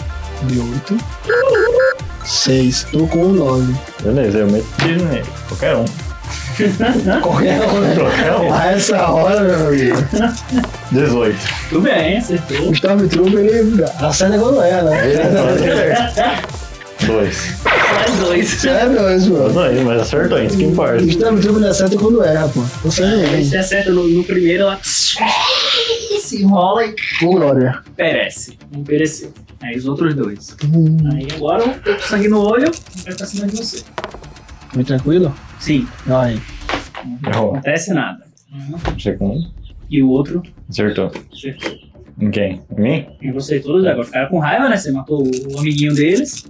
S4: De 8. 6. Tô com um 9.
S5: Beleza, eu meto tiro nele. Qualquer um.
S4: Qualquer hora.
S5: Qualquer um.
S4: A essa hora, meu amigo.
S5: 18.
S3: Tudo bem,
S4: O
S3: acertou.
S4: Stormtrooper, ele acerta quando é, né?
S5: Dois.
S3: Mais dois.
S4: É dois,
S5: Os
S4: mano.
S5: dois, mas acertou, isso que importa.
S4: O Stormtrooper ele acerta quando erra, pô. Você
S3: Aí
S4: é
S3: Você acerta no, no primeiro, ela se enrola e
S4: Com glória.
S3: perece. Não pereceu. Aí os outros dois.
S4: Hum,
S3: Aí agora um fica com sangue no olho vai pra cima de você.
S4: Muito tranquilo?
S3: Sim,
S4: Aí.
S3: não
S5: Errou.
S3: acontece nada.
S5: Segundo.
S3: E o outro
S5: Acertou.
S3: acertou.
S5: Em quem? Em mim?
S3: E você todos agora ficaram com raiva, né? Você matou o amiguinho deles.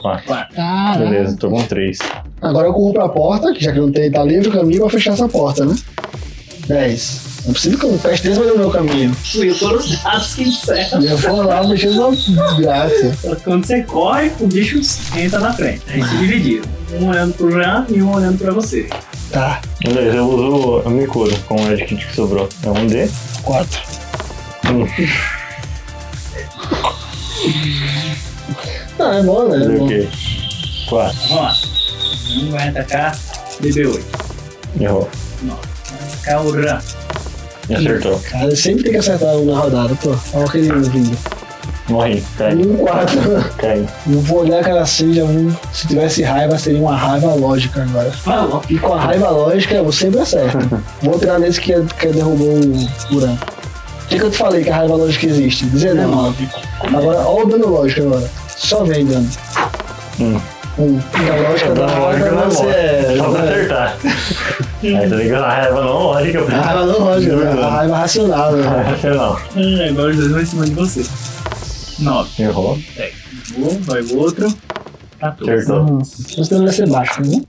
S5: Quatro.
S3: Claro.
S4: Caralho.
S5: Beleza, tô com três.
S4: Agora eu corro pra porta, que já que não tem, tá livre o caminho pra fechar essa porta, né? 10. Não precisa que eu feche 10, mas é o meu caminho.
S3: Subiu todos os dados que disseram.
S4: E eu vou lá mexendo uma desgraça.
S3: Só que quando você corre, o bicho entra na frente. Aí se dividiram. Um olhando pro Ram e um olhando pra você.
S4: Tá,
S5: Beleza, eu uso. Eu me curo com o Ed Kit que sobrou. É um D. Hum,
S4: 4. Não, é bom, né? É
S5: Fazer o
S4: bom.
S5: quê? Quatro.
S3: Vamos lá. Um vai atacar DB8.
S5: Errou.
S3: Vai atacar o Ram.
S5: Acertou.
S4: Cara, eu sempre tem que acertar um na rodada, pô. Olha aquele menino vindo.
S5: Morri. Cai.
S4: Um 4.
S5: Cai.
S4: Eu vou olhar aquela assim, já vou... Se tivesse raiva, seria uma raiva lógica agora.
S3: Falou.
S4: E com a raiva lógica, eu sempre acerto. Vou tirar nesse que, é, que derrubou o Uran. O que, que eu te falei que a raiva lógica existe? 19. Agora, olha o dano lógico agora. Só vem dano.
S5: Hum.
S4: Um. E a lógica da
S5: Não, lógica
S4: raiva
S5: não é
S4: você é.
S5: Só pra acertar. Aí tá ligado? A raiva não é lógica.
S4: A raiva não lógica, né? a raiva racional. Né?
S5: Racional.
S3: É, Agora os dois vão em cima de você. 9.
S5: Errou.
S3: Um, vai o outro. 14.
S5: Acertou.
S4: Hum. Você deve ser baixo, né?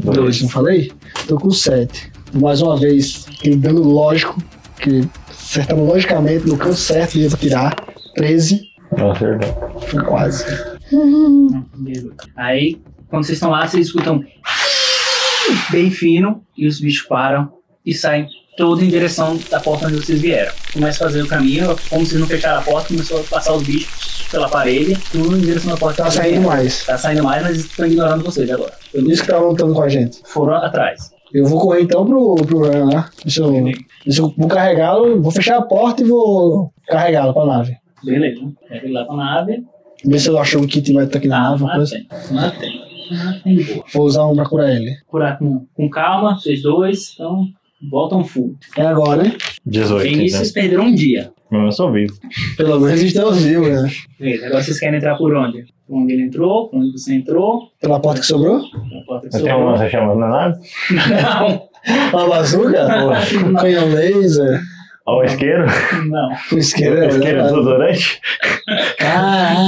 S5: Dois.
S4: Dois, não falei? Tô com 7. Mais uma vez, aquele dano lógico, que acertando logicamente no canto certo, ia tirar. 13.
S5: Não acertou.
S4: Foi quase.
S3: Beleza. Aí, quando vocês estão lá, vocês escutam bem fino e os bichos param e saem todos em direção da porta onde vocês vieram. Começa a fazer o caminho, como vocês não fecharam a porta, começou a passar os bichos pela parede, tudo em direção da porta.
S4: Tá
S3: que vocês
S4: saindo
S3: vieram.
S4: mais.
S3: Tá saindo mais, mas estão ignorando vocês agora. Foi
S4: Isso que tá lutando com a gente.
S3: Foram atrás.
S4: Eu vou correr então pro, pro Ryan lá. Deixa eu, deixa eu vou carregá-lo, vou fechar a porta e vou carregá-lo pra nave.
S3: Beleza. Pega ele lá pra nave.
S4: Ver se eu acho um kit vai estar aqui na nave. alguma coisa.
S3: Mantém. Mantém. Mantém boa.
S4: Vou usar um pra curar ele.
S3: Curar com, com calma, vocês dois. Então, voltam full.
S4: É agora, né?
S5: 18.
S3: Bem, isso,
S5: né?
S3: vocês perderam um dia.
S5: Mas eu sou vivo.
S4: Pelo menos estamos vivos, né?
S3: Beleza, agora vocês querem entrar por onde? Por onde ele entrou, por onde você entrou,
S4: Pela porta que sobrou?
S3: na porta que
S5: Eu tenho uma
S3: sobrou.
S5: lança-chamas na nave?
S3: Não,
S4: Uma bazuca? Um canhão laser?
S5: Ao isqueiro?
S3: Não.
S4: O isqueiro
S5: O
S4: é.
S5: isqueiro desodorante?
S4: Caraca.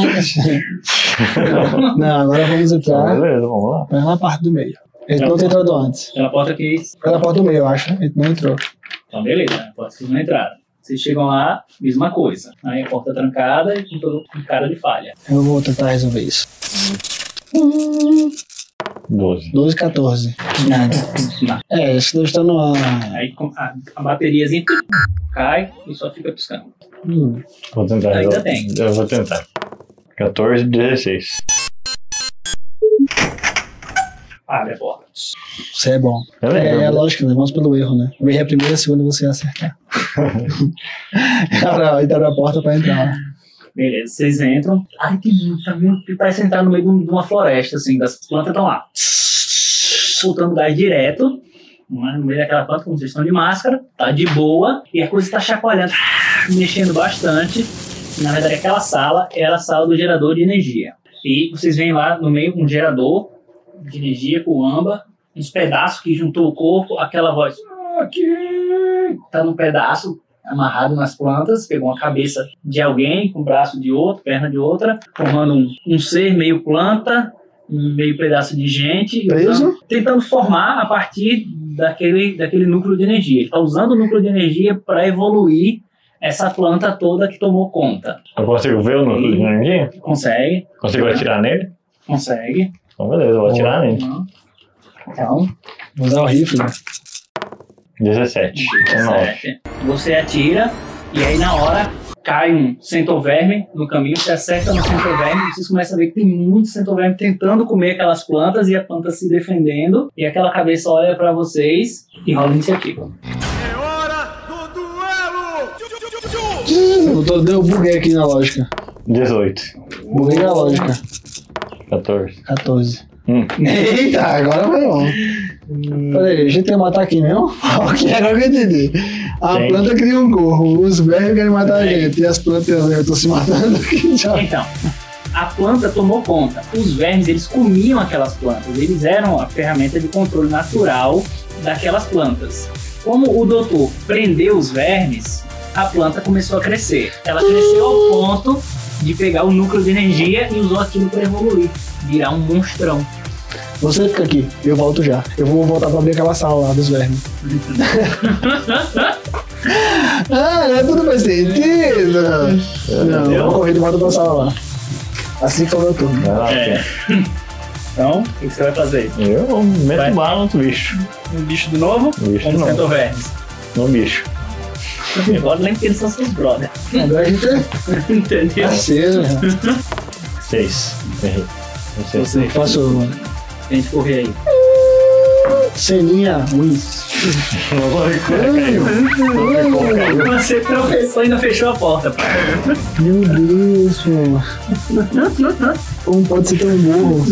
S4: Não, agora vamos
S5: Tá,
S4: entrar
S5: Beleza, vamos lá.
S4: na parte do meio. A gente não tem entrado antes.
S3: Pela porta que
S4: Foi na porta do meio, eu acho. né? A gente não entrou.
S3: Então, beleza, né? Pode ser uma entrada. Vocês chegam lá, mesma coisa. Aí a porta tá trancada e com todo com cara de falha.
S4: Eu vou tentar resolver isso.
S5: 12.
S4: 12 14.
S3: Não.
S4: Nada. É, isso deve estar numa.
S3: Aí com- a, a bateriazinha tum, cai e só fica piscando.
S4: Hum,
S5: Vou tentar.
S3: Ainda
S5: eu,
S3: bem.
S5: eu vou tentar. 14, 16.
S3: Abre a porta.
S4: isso é bom.
S5: Eu
S4: É,
S5: lembro.
S4: é a lógica, né? Vamos pelo erro, né? O erro é a primeira, a segunda você acertar. Abra- Ele abre a porta pra entrar.
S3: Beleza, vocês entram. Ai, que tá muito- parece entrar no meio de um- de uma floresta, assim, das plantas estão lá. Soltando gás direto. né, No meio daquela planta, como vocês estão de máscara, tá de boa, e a coisa está chacoalhando, mexendo bastante. Na verdade, aquela sala era a sala do gerador de energia. E vocês veem lá no meio um gerador de energia com âmbar, uns pedaços que juntou o corpo, aquela voz. Aqui! Tá num pedaço, amarrado nas plantas, pegou uma cabeça de alguém, com braço de outro, perna de outra, formando um, um ser meio planta, um meio pedaço de gente,
S4: Preso?
S3: usando- tentando formar a partir daquele, daquele núcleo de energia. Ele está usando o núcleo de energia para evoluir essa planta toda que tomou conta.
S5: Eu consigo ver o núcleo de energia?
S3: Consegue,
S5: Consigo atirar nele?
S3: consegue.
S5: Então, beleza, eu vou atirar nele.
S3: Não. Uhum. Então,
S4: Vou usar o rifle.
S5: 17. 19.
S3: certo. Você atira e aí na hora cai um centoverme no caminho, você acerta no centoverme e vocês começam a ver que tem muito centoverme tentando comer aquelas plantas e a planta se defendendo e aquela cabeça olha pra vocês e rola iniciativa.
S4: Eu, tô, eu buguei aqui na lógica.
S5: 18.
S4: Buguei na lógica.
S5: 14.
S4: 14.
S5: Hum.
S4: Eita, agora foi bom. Peraí, a gente tem que matar aqui mesmo? ok, agora que eu entendi. A
S5: Tem.
S4: planta cria um gorro, os velhos querem matar a gente, e as plantas estão se matando aqui já.
S3: Então, a planta tomou conta. Os vermes, eles comiam aquelas plantas. Eles eram a ferramenta de controle natural daquelas plantas. Como o doutor prendeu os vermes, a planta começou a crescer. Ela cresceu ao ponto de pegar o núcleo de energia e usou aquilo para evoluir, virar um monstrão.
S4: Você fica aqui, eu volto já. Eu vou voltar pra abrir aquela sala lá dos vermes. ah, não é tudo faz sentido. Não, eu vou correr de volta pra sala lá. Assim que eu meu turno.
S5: Vai lá,
S3: É.
S5: cara.
S3: Então, o que você vai fazer?
S5: Eu
S3: Vai.
S5: meto bala no bicho.
S3: Um bicho de novo?
S5: No bicho
S3: Como
S5: não.
S3: sentou vermes?
S5: No bicho.
S3: Agora lembra que eles são seus brother.
S4: Agora a gente é
S3: Entendeu?
S4: parceiro. né?
S5: 6. Errei. Não sei.
S3: Você
S4: Faço
S3: tem que correr aí.
S4: ceninha ruim.
S5: Não consigo colocar
S3: Você tropeçou e ainda fechou a porta. pá.
S4: Meu Deus, mano. Como pode ser tão burro?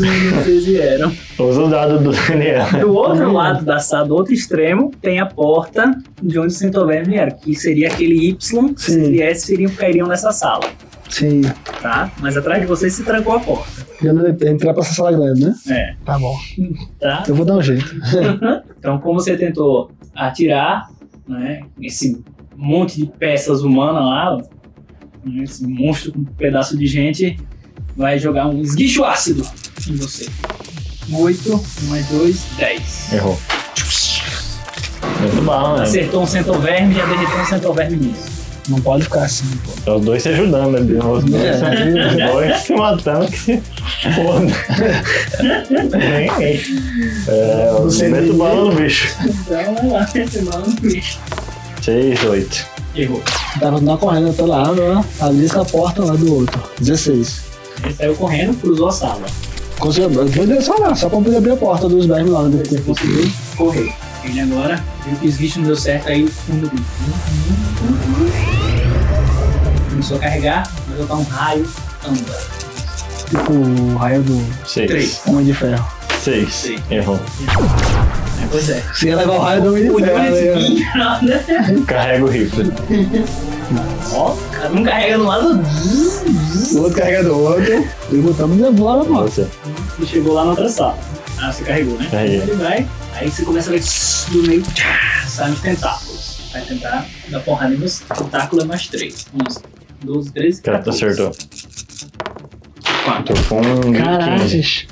S3: Vocês vieram.
S5: aí. Usa o dado do Daniel.
S3: Do outro lado da sala, do outro extremo, tem a porta de onde o Centoverme era, que seria aquele Y, se
S4: Sim.
S3: eles viessem, seriam, cairiam nessa sala,
S4: Sim.
S3: tá? Mas atrás de vocês se trancou a porta.
S4: Eu não é- entrar pra essa sala grande, né?
S3: É.
S4: Tá bom.
S3: Tá?
S4: Eu vou dar um jeito.
S3: Então, como você tentou atirar, né, esse monte de peças humanas lá, né, esse monstro com um pedaço de gente, vai jogar um esguicho ácido em você. 8, mais 2, 10.
S5: Errou. Muito bala, né?
S3: Acertou um centoverme, já derreteu um centoverme nisso.
S4: Não pode ficar assim.
S5: É Os dois se ajudando, né? Bill? Os dois,
S4: É.
S5: os dois se matando que se foda. Nem aí. É, eu
S4: Você
S5: meto
S4: nem-
S5: bala no bicho.
S3: Então, vai lá, esse maluco.
S5: 6, 8.
S3: Errou.
S4: Tava andando tá correndo pela água, lá, abri essa porta lá do outro. 16.
S3: Ele saiu correndo, cruzou a sala.
S4: Consegui, eu vou deixar lá, só pra poder abrir a porta dos vermes lá. né?
S3: Ele conseguiu correr. Ele agora viu que os bichos não deu certo, aí o fundo do Começou a carregar, vai jogar um raio, anda.
S4: Tipo o raio do
S5: 6.
S4: Homem de Ferro.
S5: 6.
S3: Sim.
S5: Errou.
S3: É, pois é.
S4: Você ia levar o raio do Homem de
S3: O
S4: Ferro. né?
S3: Yuri né?
S5: Carrega o rifle.
S3: Ó, cada um carrega do lado.
S4: O outro carrega do outro. E botamos de bola, mano.
S5: Você.
S3: E chegou lá na outra sala. Ah, você carregou, né?
S5: Carreguei.
S3: Ele vai, aí você começa a ver que do meio tchá, sai uns tentáculos. Vai tentar dar porrada em você. Tentáculo é mais 3. 11, 12, 13,
S5: Cara, tu
S3: 14.
S5: acertou.
S3: Quatro.
S5: Tô com um
S4: Caraca.
S5: 15.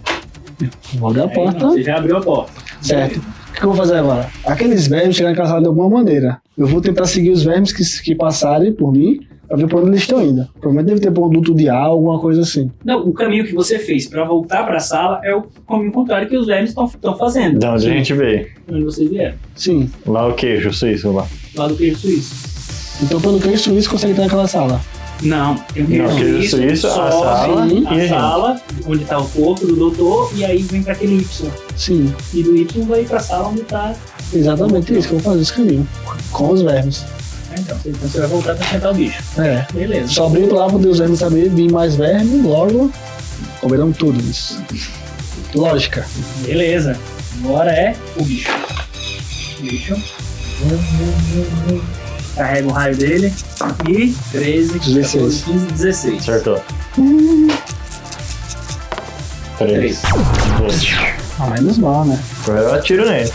S4: Vou abrir a
S3: Aí, não,
S4: porta.
S3: Você já abriu a porta.
S4: Certo. O que eu vou fazer agora? Aqueles vermes chegaram em casa de alguma maneira. Eu vou tentar seguir os vermes que, que passarem por mim pra ver pra onde eles estão indo. Provavelmente deve ter produto de ar, alguma coisa assim.
S3: Não, o caminho que você fez pra voltar pra sala é o caminho contrário que os vermes estão fazendo.
S5: Da onde a gente veio?
S3: Onde vocês vieram.
S4: Sim.
S5: Lá o queijo suíço lá.
S3: Lá do queijo suíço.
S4: Então, pelo que eu isso, isso consegue entrar naquela sala.
S3: Não, tem um o
S5: Não,
S3: queijo
S5: queijo
S3: suíço,
S5: suíço, a
S3: sobe
S5: sala
S4: e
S5: a
S3: a
S5: gente.
S3: sala, onde tá o corpo do doutor, e aí vem pra aquele Y.
S4: Sim.
S3: E do Y vai pra sala onde tá.
S4: Exatamente isso que eu vou fazer esse caminho. Com os vermes.
S3: Então, você- então você vai voltar pra enfrentar o bicho.
S4: É.
S3: Beleza.
S4: Só abrir pra lá poder os vermes saber, vir mais verme, logo. Comerão tudo isso. Lógica.
S3: Beleza. Agora é o bicho. Bicho. Carrega o raio dele. E 13,
S4: 16.
S3: 14, 15, 16.
S5: Acertou. Três.
S3: Três.
S5: Dois.
S4: Ah, menos mal, né?
S5: Agora eu atiro nele.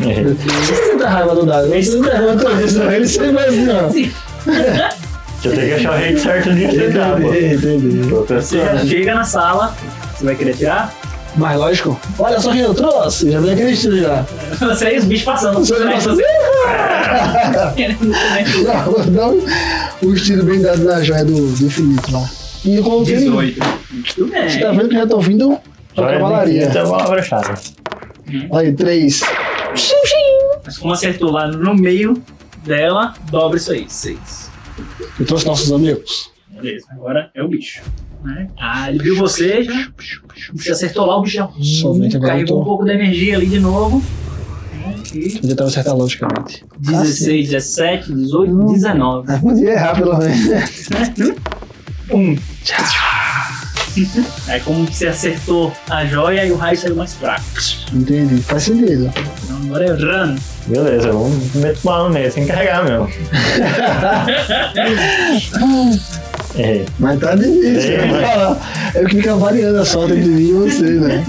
S5: Errei.
S4: Você tem muita raiva do dado, você não pergunta isso, não. Ele sempre vai assim, ó.
S5: Deixa eu ter que achar o rei certo nisso aí, tá?
S4: Entendi, entendi.
S5: Tô
S3: Você já
S5: pensando.
S3: chega na sala. Você vai querer tirar?
S4: Mas lógico, olha só quem eu trouxe, já vem aquele estilo já.
S3: Você aí os bichos passando.
S4: Você olha e fala assim,
S3: Você-
S4: "Ah, vou dar um- um estilo bem dado na joia do, do infinito lá. E quando tem. Você
S3: 18. Muito
S4: tá
S3: bem.
S4: vendo que já estão vindo pra
S5: Joia
S4: cavalaria.
S5: infinita é uma palavra-chave.
S4: Aí, três.
S3: Mas como acertou lá no meio dela, dobra isso aí. 6.
S4: Eu trouxe nossos amigos.
S3: Beleza, agora é o bicho. Né? Ah, ele viu você, já. Você acertou lá, o bicho já
S4: Só vem que agora eu
S3: carregou um
S4: tô.
S3: pouco da energia ali de novo. E
S4: Eu tava acertar logicamente.
S3: 16, 17, 18,
S4: Hum.
S3: 19.
S4: Ah, Podia errar pelo menos.
S3: Um. Aí É como que você acertou a joia e o raio saiu mais fraco.
S4: Entendi. Faz sentido.
S3: Então agora é run.
S5: Beleza, vamos meter o mal no meio, sem carregar mesmo. Errei.
S4: Mas tá difícil.
S5: É,
S4: eu vou
S5: mas-
S4: falar. Eu que fico variando a sorte entre mim e você, né?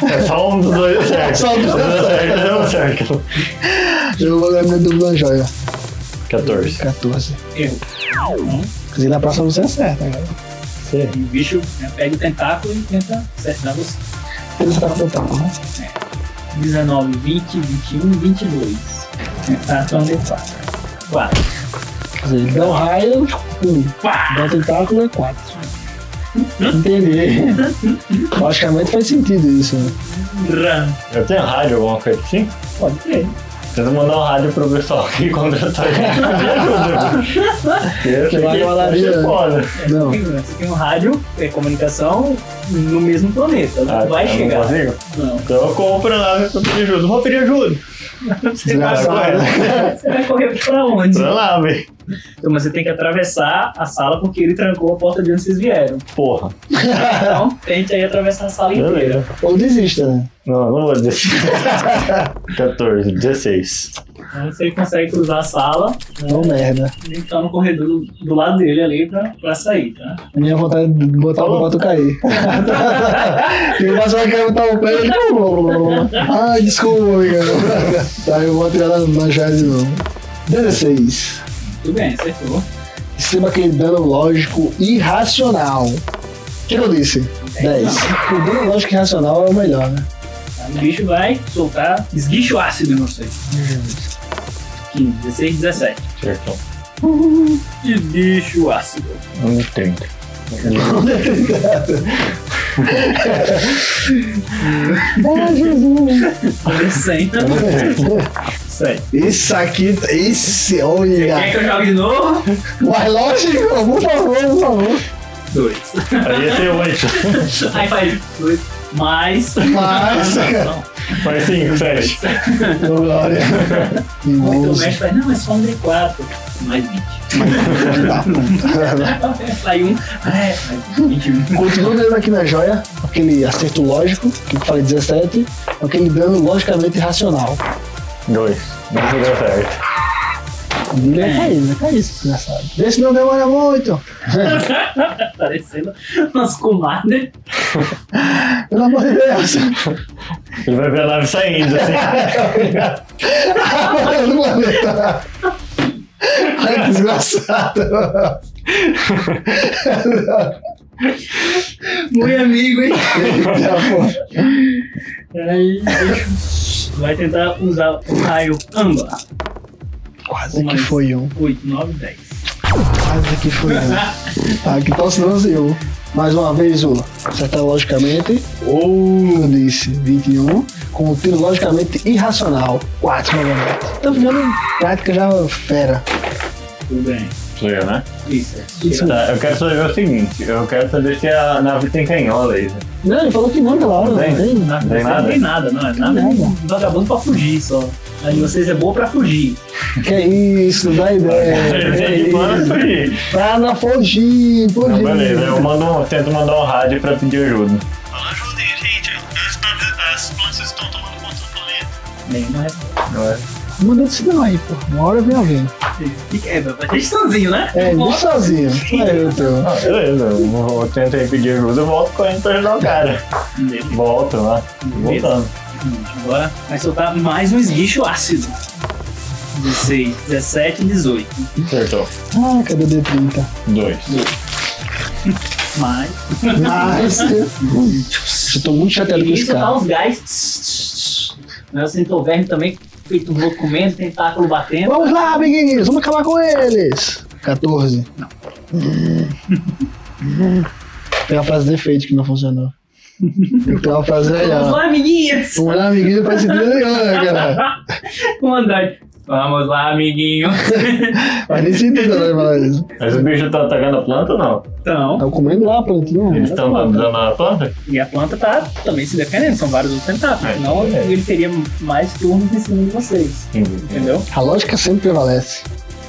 S5: É só um dos dois certo.
S4: Só um dos dois
S5: Deu certo. Deu certo.
S4: Eu vou ganhar minha dupla joia.
S5: 14.
S4: 14.
S3: Erro. Hum?
S4: Quer dizer, na próxima você acerta, cara.
S5: Sim.
S3: E o bicho né, pega o tentáculo e tenta acertar você.
S4: Ele tá com o né?
S3: 19, 20, 21, 22. Tentáculo é 4. 4.
S4: Quer dizer, ele dá um raio, um. Dá um tentáculo, é 4. Entendi. Logicamente faz sentido isso, né?
S3: Run.
S5: Eu tenho rádio, alguma coisa assim?
S3: Pode crer.
S5: Tenta mandar um rádio pro pessoal que contratou a gente. Me ajuda. Eu
S4: vai
S5: fiquei-
S4: galaria.
S5: achei foda.
S4: Não.
S3: Você tem um rádio, é comunicação no mesmo planeta. Não
S5: Ah,
S3: vai
S5: eu não
S3: chegar.
S5: consigo?
S3: Não.
S5: Então eu compro lá e eu pedir ajuda. Vou pedir ajuda.
S3: Você vai,
S4: Desgraçado.
S3: você vai correr pra onde?
S5: Pra lá, velho.
S3: Então, mas você tem que atravessar a sala porque ele trancou a porta de onde vocês vieram.
S5: Porra.
S3: Então, tente aí atravessar a sala inteira.
S5: É. Beleza.
S4: Ou desista, né?
S5: Não, eu não vou descer. 14, 16.
S3: Então, você consegue cruzar a sala
S4: Não, merda.
S3: e tá no corredor do, do lado dele ali pra, pra sair, tá?
S4: Minha vontade de botar o boto cair. eu passo a cara botar o pé e. Ai, desculpa, cara. Tá, eu vou atirar na, na joia de novo. 16.
S3: Tudo bem, acertou.
S4: Receba aquele dano lógico irracional. O que, que eu disse? 10. O dano lógico irracional é o melhor, né?
S3: Aí o bicho vai soltar esguicho ácido em você. 15, 16, 17.
S5: Certo.
S3: Esguicho ácido.
S5: 1, 30.
S4: Ai, Jesus.
S3: Senta. Sai.
S4: Isso aqui, esse, olha.
S3: Quer É que eu jogue de novo?
S4: Mas lógico, por favor, por favor.
S3: Dois.
S5: Aí ia ser 8.
S3: Aí faz dois. Mais.
S4: Mais.
S3: Não,
S5: Faz 5, 7.
S4: Ô, Glória. E
S3: não. Aí o
S4: 11.
S3: mestre faz, não, é só um D4. Mais 20. Sai um. É, mais 21.
S4: Continuo dando aqui na joia aquele acerto lógico, que eu falei 17, aquele dano logicamente racional.
S5: 2. Não deu certo.
S4: Vai cair, vai cair se você já sabe. Esse não demora muito.
S3: Parecendo umas comadres.
S4: Pelo amor de Deus.
S5: Ele vai ver a nave saindo, assim.
S4: Olha do planeta. Ai, que desgraçado.
S3: Muito amigo, hein?
S4: Eita, pô.
S3: Aí, bicho, vai tentar usar o raio âmbar.
S4: Quase que foi um.
S3: 8, 9, 10.
S4: Quase que foi um. Tá, que tal se lanceou. Mais uma vez, o acertar logicamente. Ou disse 21. Com um tiro logicamente irracional. 4 novamente. Tá ficando prática já fera.
S3: Tudo bem.
S5: Sou eu, né?
S3: Isso. é
S5: Tá, eu quero saber o seguinte, eu quero saber se a nave tem canhola aí.
S4: Não, ele falou que não pela hora, né? não
S5: Tem?
S4: tem?
S3: Não,
S5: Tem nada?
S3: não tem nada, não. É nada
S4: Nada.
S3: um vagabundo pra fugir só. A de vocês é boa pra fugir.
S4: Que é isso, não dá ideia. Que
S5: Tem plano
S4: É, isso. É
S5: fugir.
S4: Tá na fugir, fugir.
S5: Não, beleza, eu mando um- tento mandar um rádio pra pedir ajuda.
S6: Ajudem, gente. As, as plantas estão tomando conta do planeta.
S3: Nenhuma resposta.
S5: Não é?
S4: Manda esse não aí, pô. Uma hora vem alguém.
S3: Que é, vai ter sozinho, né?
S4: É, ele sozinho. É, eu tô.
S5: Ah, beleza, eu vou- eu tento aí pedir ajuda, eu volto correndo pra ajudar o cara.
S3: Beleza.
S5: Volto lá, voltando.
S3: Agora vai soltar mais um esguicho ácido. 16, 17 e 18.
S5: Acertou.
S4: Ah, cadê o D30?
S5: Dois.
S3: Mas.
S4: Mas. Eu tô muito chateado com
S3: E
S4: esse
S3: soltar
S4: cara.
S3: os gás. Né, Você entrou verme também, feito um louco comendo, tentáculo batendo.
S4: Vamos lá, amiguinhos, vamos acabar com eles. 14. Não. Hum. Tem uma frase de efeito que não funcionou. Tem que ter uma frase
S3: Vamos
S4: melhor.
S3: lá, amiguinhos!
S4: Vamos lá, amiguinho, faz sentido nenhum, né, cara?
S3: o Andrade. Vamos lá, amiguinho.
S4: Mas nem sentido, né, falar isso.
S5: Mas o bicho tá atacando a planta ou não?
S3: Então,
S4: Estão comendo lá, plantinha.
S5: Eles estão dando a planta?
S3: e a planta tá também se defendendo, são vários outros tentáculos.
S5: É,
S3: Senão
S5: é.
S3: ele teria mais turnos em cima de vocês. Entendeu?
S4: A lógica sempre prevalece.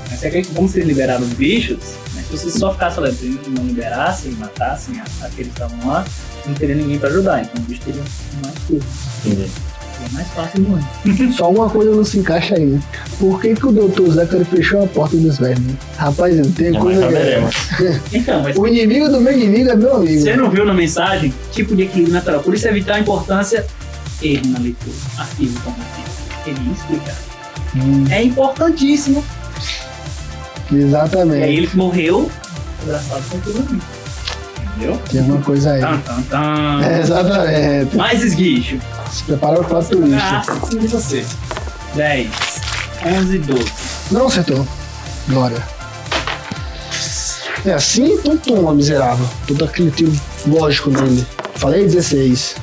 S3: Mas é que como vocês liberaram os bichos, né, se vocês só ficassem lá dentro e não liberassem, matassem a- aqueles que estavam lá, não teria ninguém pra ajudar. Então o bicho teria mais turnos.
S5: Entendi.
S3: É mais fácil morrer.
S4: Só alguma coisa não se encaixa aí. né? Por que, que o doutor Zachary fechou a porta dos vermes? Rapaz, ele tem
S5: Mas
S4: coisa. é.
S5: saberemos.
S3: Então, mas
S4: O inimigo do meu inimigo é meu amigo.
S3: Você não viu na mensagem? Tipo de equilíbrio natural. Por isso é vital a importância. Ele na leitura. Arquivo como arquivo. Ele explica.
S4: Hum,
S3: É importantíssimo. E aí
S4: exatamente.
S3: É ele que morreu, abraçado com todo mundo. Entendeu?
S4: Tem alguma coisa aí.
S3: Tan, tan, tan.
S4: É, exatamente.
S3: Mais esguicho.
S4: Se prepara para
S3: Ah,
S4: turista.
S3: sim, você. 10, 11, 12.
S4: Não acertou. Glória. É assim? Então toma, miserável. Todo aquele tiro lógico nele. Falei 16.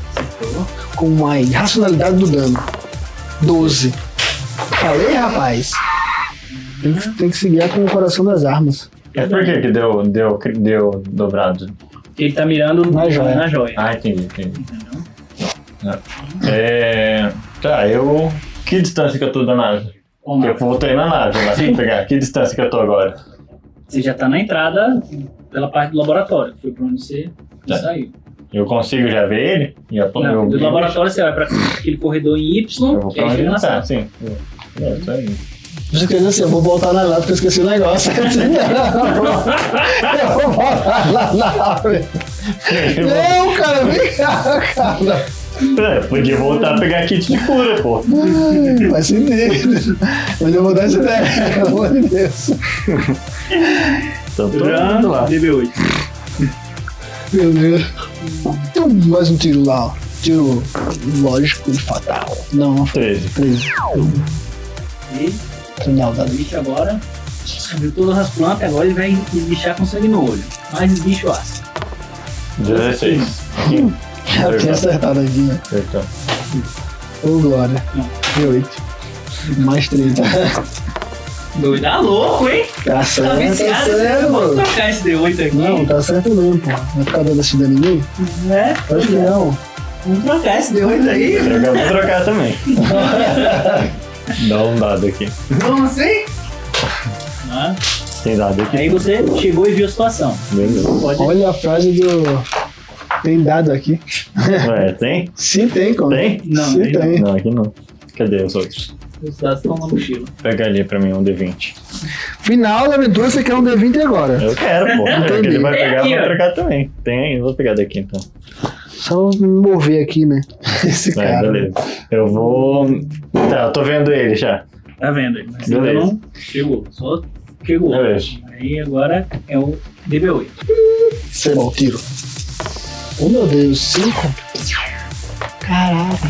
S4: Com a irracionalidade do dano. 12. Falei, rapaz. Tem que, tem que se guiar com o coração das armas.
S5: Mas por que que deu, deu, deu dobrado?
S3: Ele tá mirando
S4: Na joia.
S3: Na joia.
S5: Ah, entendi, entendi. Não. É, tá, eu... Que distância que eu tô da nave?
S3: Bom,
S5: Eu voltei na nave, mas
S3: Sim.
S5: pegar. Que distância que eu tô agora?
S3: Você já tá na entrada pela parte do laboratório. Foi pra onde você
S5: Tá.
S3: saiu.
S5: Eu consigo já ver ele? E a
S3: Não,
S5: eu,
S3: do laboratório você vai pra aquele corredor em
S5: eu
S3: Y,
S5: vou
S3: que é
S5: pra onde
S3: chega
S5: ele
S3: na
S5: tá,
S3: sala.
S5: sim. É, isso aí.
S4: Você quer dizer assim, eu vou voltar na nave porque eu esqueci o negócio. eu vou voltar na nave. Não, cara, vem cá, cara.
S5: É, podia voltar a pegar kit de cura, pô.
S4: Ai, Faz sentido. Mas eu vou dar essa ideia, pelo amor de Deus.
S5: Então todo mundo lá.
S3: DB8.
S4: Meu Deus. Tem um- mais um tiro lá, ó. Tiro lógico e fatal. Não, não foi
S5: 13.
S4: 13.
S3: E
S4: Final da
S3: o bicho agora abriu todas as plantas, agora ele vai esguichar com sangue no olho. Mais esguicho ácido.
S5: 16.
S4: Já tinha acertado aqui, né?
S5: Então,
S4: Ô, Glória. 18. Mais 30.
S3: Doido, tá louco, hein?
S4: Tá
S3: Tá
S4: certo, tá
S3: viciado, né?
S4: certo.
S3: Vou
S4: pô.
S3: trocar esse D8 aqui.
S4: Não, tá certo mesmo, pô. Vai ficar dando esse dano em mim?
S3: né?
S4: Acho que não.
S3: Vamos trocar esse D8 aí.
S4: Tá.
S5: eu vou trocar também. Dá um dado aqui.
S3: Vamos sim? Ah,
S5: Tem dado aqui.
S3: aí você chegou e viu a situação.
S5: Beleza.
S3: Pode
S4: Olha a frase do. Tem dado aqui.
S5: Ué, tem?
S4: Se tem, como?
S5: Tem?
S3: Não,
S4: Se
S3: tem
S4: tem.
S5: Não, aqui não. Cadê os outros?
S3: os dados estão na mochila.
S5: Pega ali pra mim um D20.
S4: Final da aventura, você quer um D20 agora.
S5: Eu quero, pô.
S4: Entendi.
S5: Eu que ele vai
S3: Tem
S5: pegar,
S3: aqui,
S5: eu
S3: ó.
S5: vou trocar também. Tem aí, eu vou pegar daqui então.
S4: Só me mover aqui, né? Esse
S5: Vai,
S4: cara.
S5: É, beleza. Eu vou. Tá, eu tô vendo ele já.
S3: Tá vendo aí? Mas
S5: Beleza.
S3: ainda não chegou, só chegou.
S5: Beleza.
S3: Aí agora é o DB8.
S4: Sei lá, o tiro. Oh meu Deus, 5? Caraca.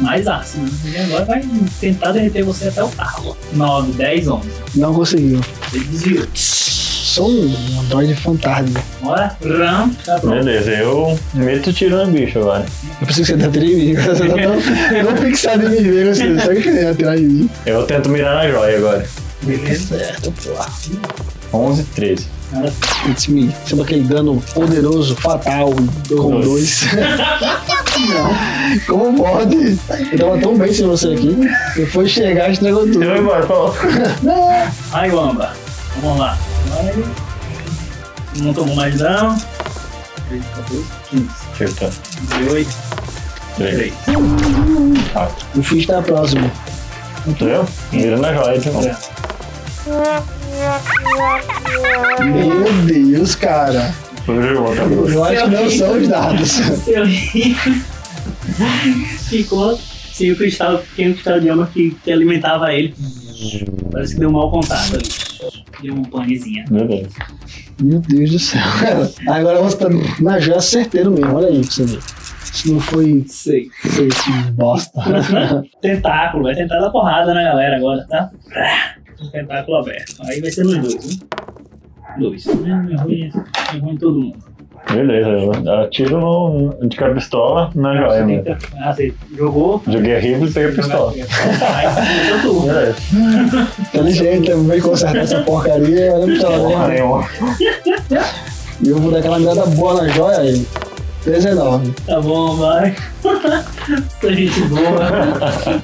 S3: Mais aço, né? E agora vai tentar derreter você até o carro. 9, 10, 11.
S4: Não conseguiu.
S3: Ele desviou.
S4: Sou um androide fantasma.
S3: Bora. Ram. Tá pronto.
S5: Beleza, eu meto tiro no bicho agora.
S4: Eu pensei que você ia atirar em mim. Você tá tão, tão fixado em me ver, você não né, sabe que ele ia atirar em mim.
S5: Eu tento mirar na joia agora.
S3: Beleza.
S4: Certo, pô.
S5: 11, 13.
S3: Cara,
S4: It's me. Chama aquele dano poderoso, fatal, com
S5: Nossa.
S4: dois. Como pode? Eu tava tão bem sem você aqui. Depois de chegar, estragou tudo.
S5: Você vai embora, falou.
S3: Aí, Wamba. Vamos lá. Agora ele não tomou mais não. 13, 14, 15,
S5: Acertou.
S3: 18,
S5: Três.
S3: 3.
S4: O Fizz tá próximo.
S5: Sou eu? Mira na joia então. de novo.
S4: Meu Deus, cara.
S5: Hoje eu vou tá bom.
S4: Eu acho que não são os dados.
S3: Seu rico ficou sem o cristal, pequeno cristal de água que, que alimentava ele. Parece que deu um mau contato ali. Deu uma panezinha.
S5: Beleza.
S4: Meu Deus do céu. Agora você tá na joia certeiro mesmo. Olha aí pra você ver. Isso não foi,
S3: Sei.
S4: foi esse bosta.
S3: Tentáculo, vai tentar dar porrada na galera agora, tá? Tentáculo aberto. Aí vai ser nos dois, né? Dois. É ruim, é ruim em todo mundo.
S5: Beleza, eu eu tiro no, de com a pistola na joia
S3: Você
S5: mesmo.
S3: tenta- Ah, você jogou.
S5: Joguei a rifle e peguei a pistola.
S3: Aí, seu turno.
S5: Beleza.
S4: Inteligente, eu vou consertar essa porcaria. Olha pra
S5: Porra
S4: lá, né?
S5: nenhuma.
S4: E eu vou dar aquela mirada boa na joia aí. 19.
S3: Tá bom, vai. Sua gente boa.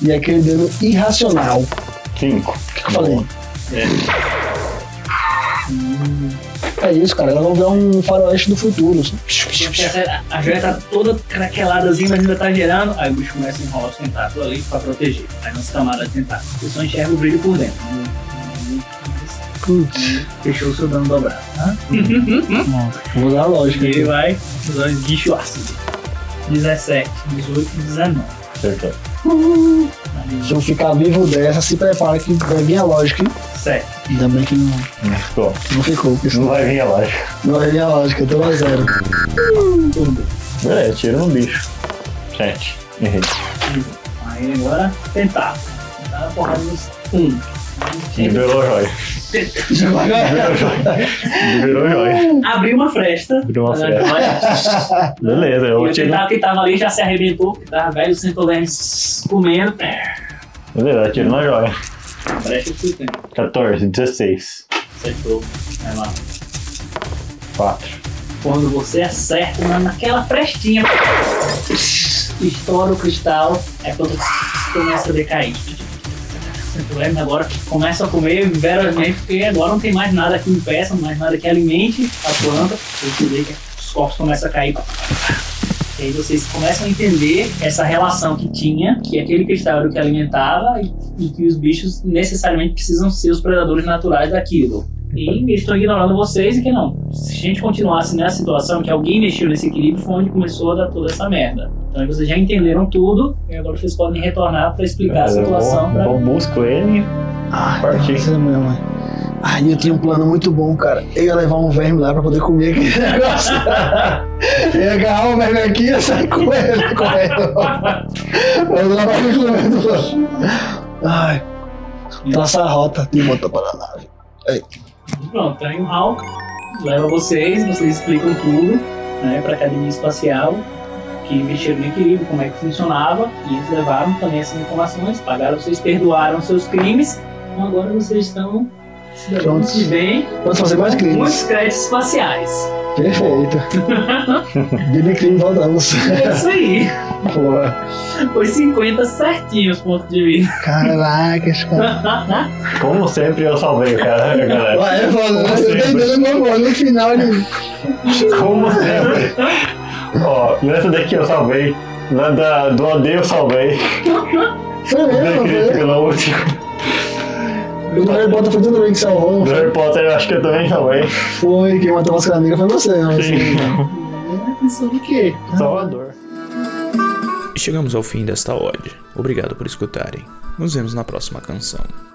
S4: E aquele dano irracional.
S5: Cinco.
S4: que eu falei? É isso, cara. Ela não vê um faroeste do futuro.
S3: Essa- A joia tá toda craqueladazinha, mas ainda tá gerando. Aí o bicho começa a enrolar os tentáculos ali pra proteger. Aí não se camada de tentáculos. Você só enxerga o brilho por dentro. Hum, hum, hum.
S4: Putz,
S3: Fechou o seu dano dobrado. Tá?
S4: vou usar a lógica.
S3: E ele
S4: aqui.
S3: vai usar o guicho ácido. 17, 18, 19.
S5: Acertou.
S4: Se eu ficar vivo dessa, se prepara que vai vir a lógica. hein?
S3: 7.
S4: Ainda bem que não,
S5: Não ficou.
S4: não ficou, porque
S5: Não
S4: senão
S5: vai vir a lógica.
S4: não vai vir a lógica. Então a zero.
S5: Beleza, tiro no bicho. Sete. Errei.
S3: Aí agora, tentáculo. Tá porrada nos 1.
S5: Liberou a joia. Liberou a joia. Liberou a joia.
S3: Abriu uma fresta.
S5: Abriu uma
S3: Mas a
S5: fresta.
S3: joia-
S5: Beleza,
S3: E
S5: eu
S3: o
S5: tiro.
S3: tentáculo que tava ali já se arrebentou, que tava velho, sentou velho sss, comendo.
S5: Beleza, eu tiro na joia.
S3: Parece que você tem.
S5: 14, 16.
S3: Acertou. Vai lá.
S5: 4.
S3: Quando você acerta na- naquela frestinha, estoura o cristal, é quando começa a decair. Santo Leme tá agora começa a comer veramente, porque agora não tem mais nada que impeça, mais nada que alimente a planta. Você vê que os corpos começam a cair. E aí vocês começam a entender essa relação que tinha, que aquele cristal era o que alimentava e, e que os bichos necessariamente precisam ser os predadores naturais daquilo. E eles estão ignorando vocês e que não. Se a gente continuasse nessa situação, que alguém mexeu nesse equilíbrio, foi onde começou a dar toda essa merda. Então aí vocês já entenderam tudo e agora vocês podem retornar para explicar a
S5: É, Eu vou-
S3: situação. né? pra-
S5: vou, busco ele.
S4: Ai,
S5: Partiu.
S4: nossa, minha mãe. Ai, eu tinha um plano muito bom, cara. Eu ia levar um verme lá pra poder comer aquele negócio. Eu ia agarrar um verme aqui e ia sair comendo, comendo. Mas lá vai me comendo, pô. um Ai. Traçar a rota e botar pra nave.
S3: Pronto, tá aí o Hulk leva vocês, vocês explicam tudo né, para a academia espacial, que mexeram no equilíbrio, como é que funcionava, e eles levaram também essas informações, pagaram, vocês perdoaram seus crimes, então agora vocês estão se dando
S4: Prontos.
S3: muito bem,
S4: Vamos fazer mais
S3: com
S4: crimes.
S3: muitos créditos espaciais.
S4: Perfeito. Billy crime voltamos.
S3: É isso aí,
S4: Pô.
S3: foi 50 certinhos pontos de vida.
S4: Caracas, cara.
S5: Como sempre, eu salvei o cara, né, galera.
S4: Ué, é foda, né? Eu
S5: Como
S4: tô
S5: sempre.
S4: entendendo meu amor. No final ele.
S5: Como sempre. Ó, nessa daqui eu salvei. Na da, do AD eu salvei.
S4: Foi mesmo,
S5: Da
S4: foi mesmo.
S5: crítica no último.
S4: O do Harry Potter foi tudo bem que salvou.
S5: Do Harry Potter eu acho que eu também salvei.
S4: Foi, quem matou a máscara negra foi você. Mas,
S5: Sim.
S4: é, pensando o quê?
S5: Salvador.
S1: E chegamos ao fim desta ode. Obrigado por escutarem. Nos vemos na próxima canção.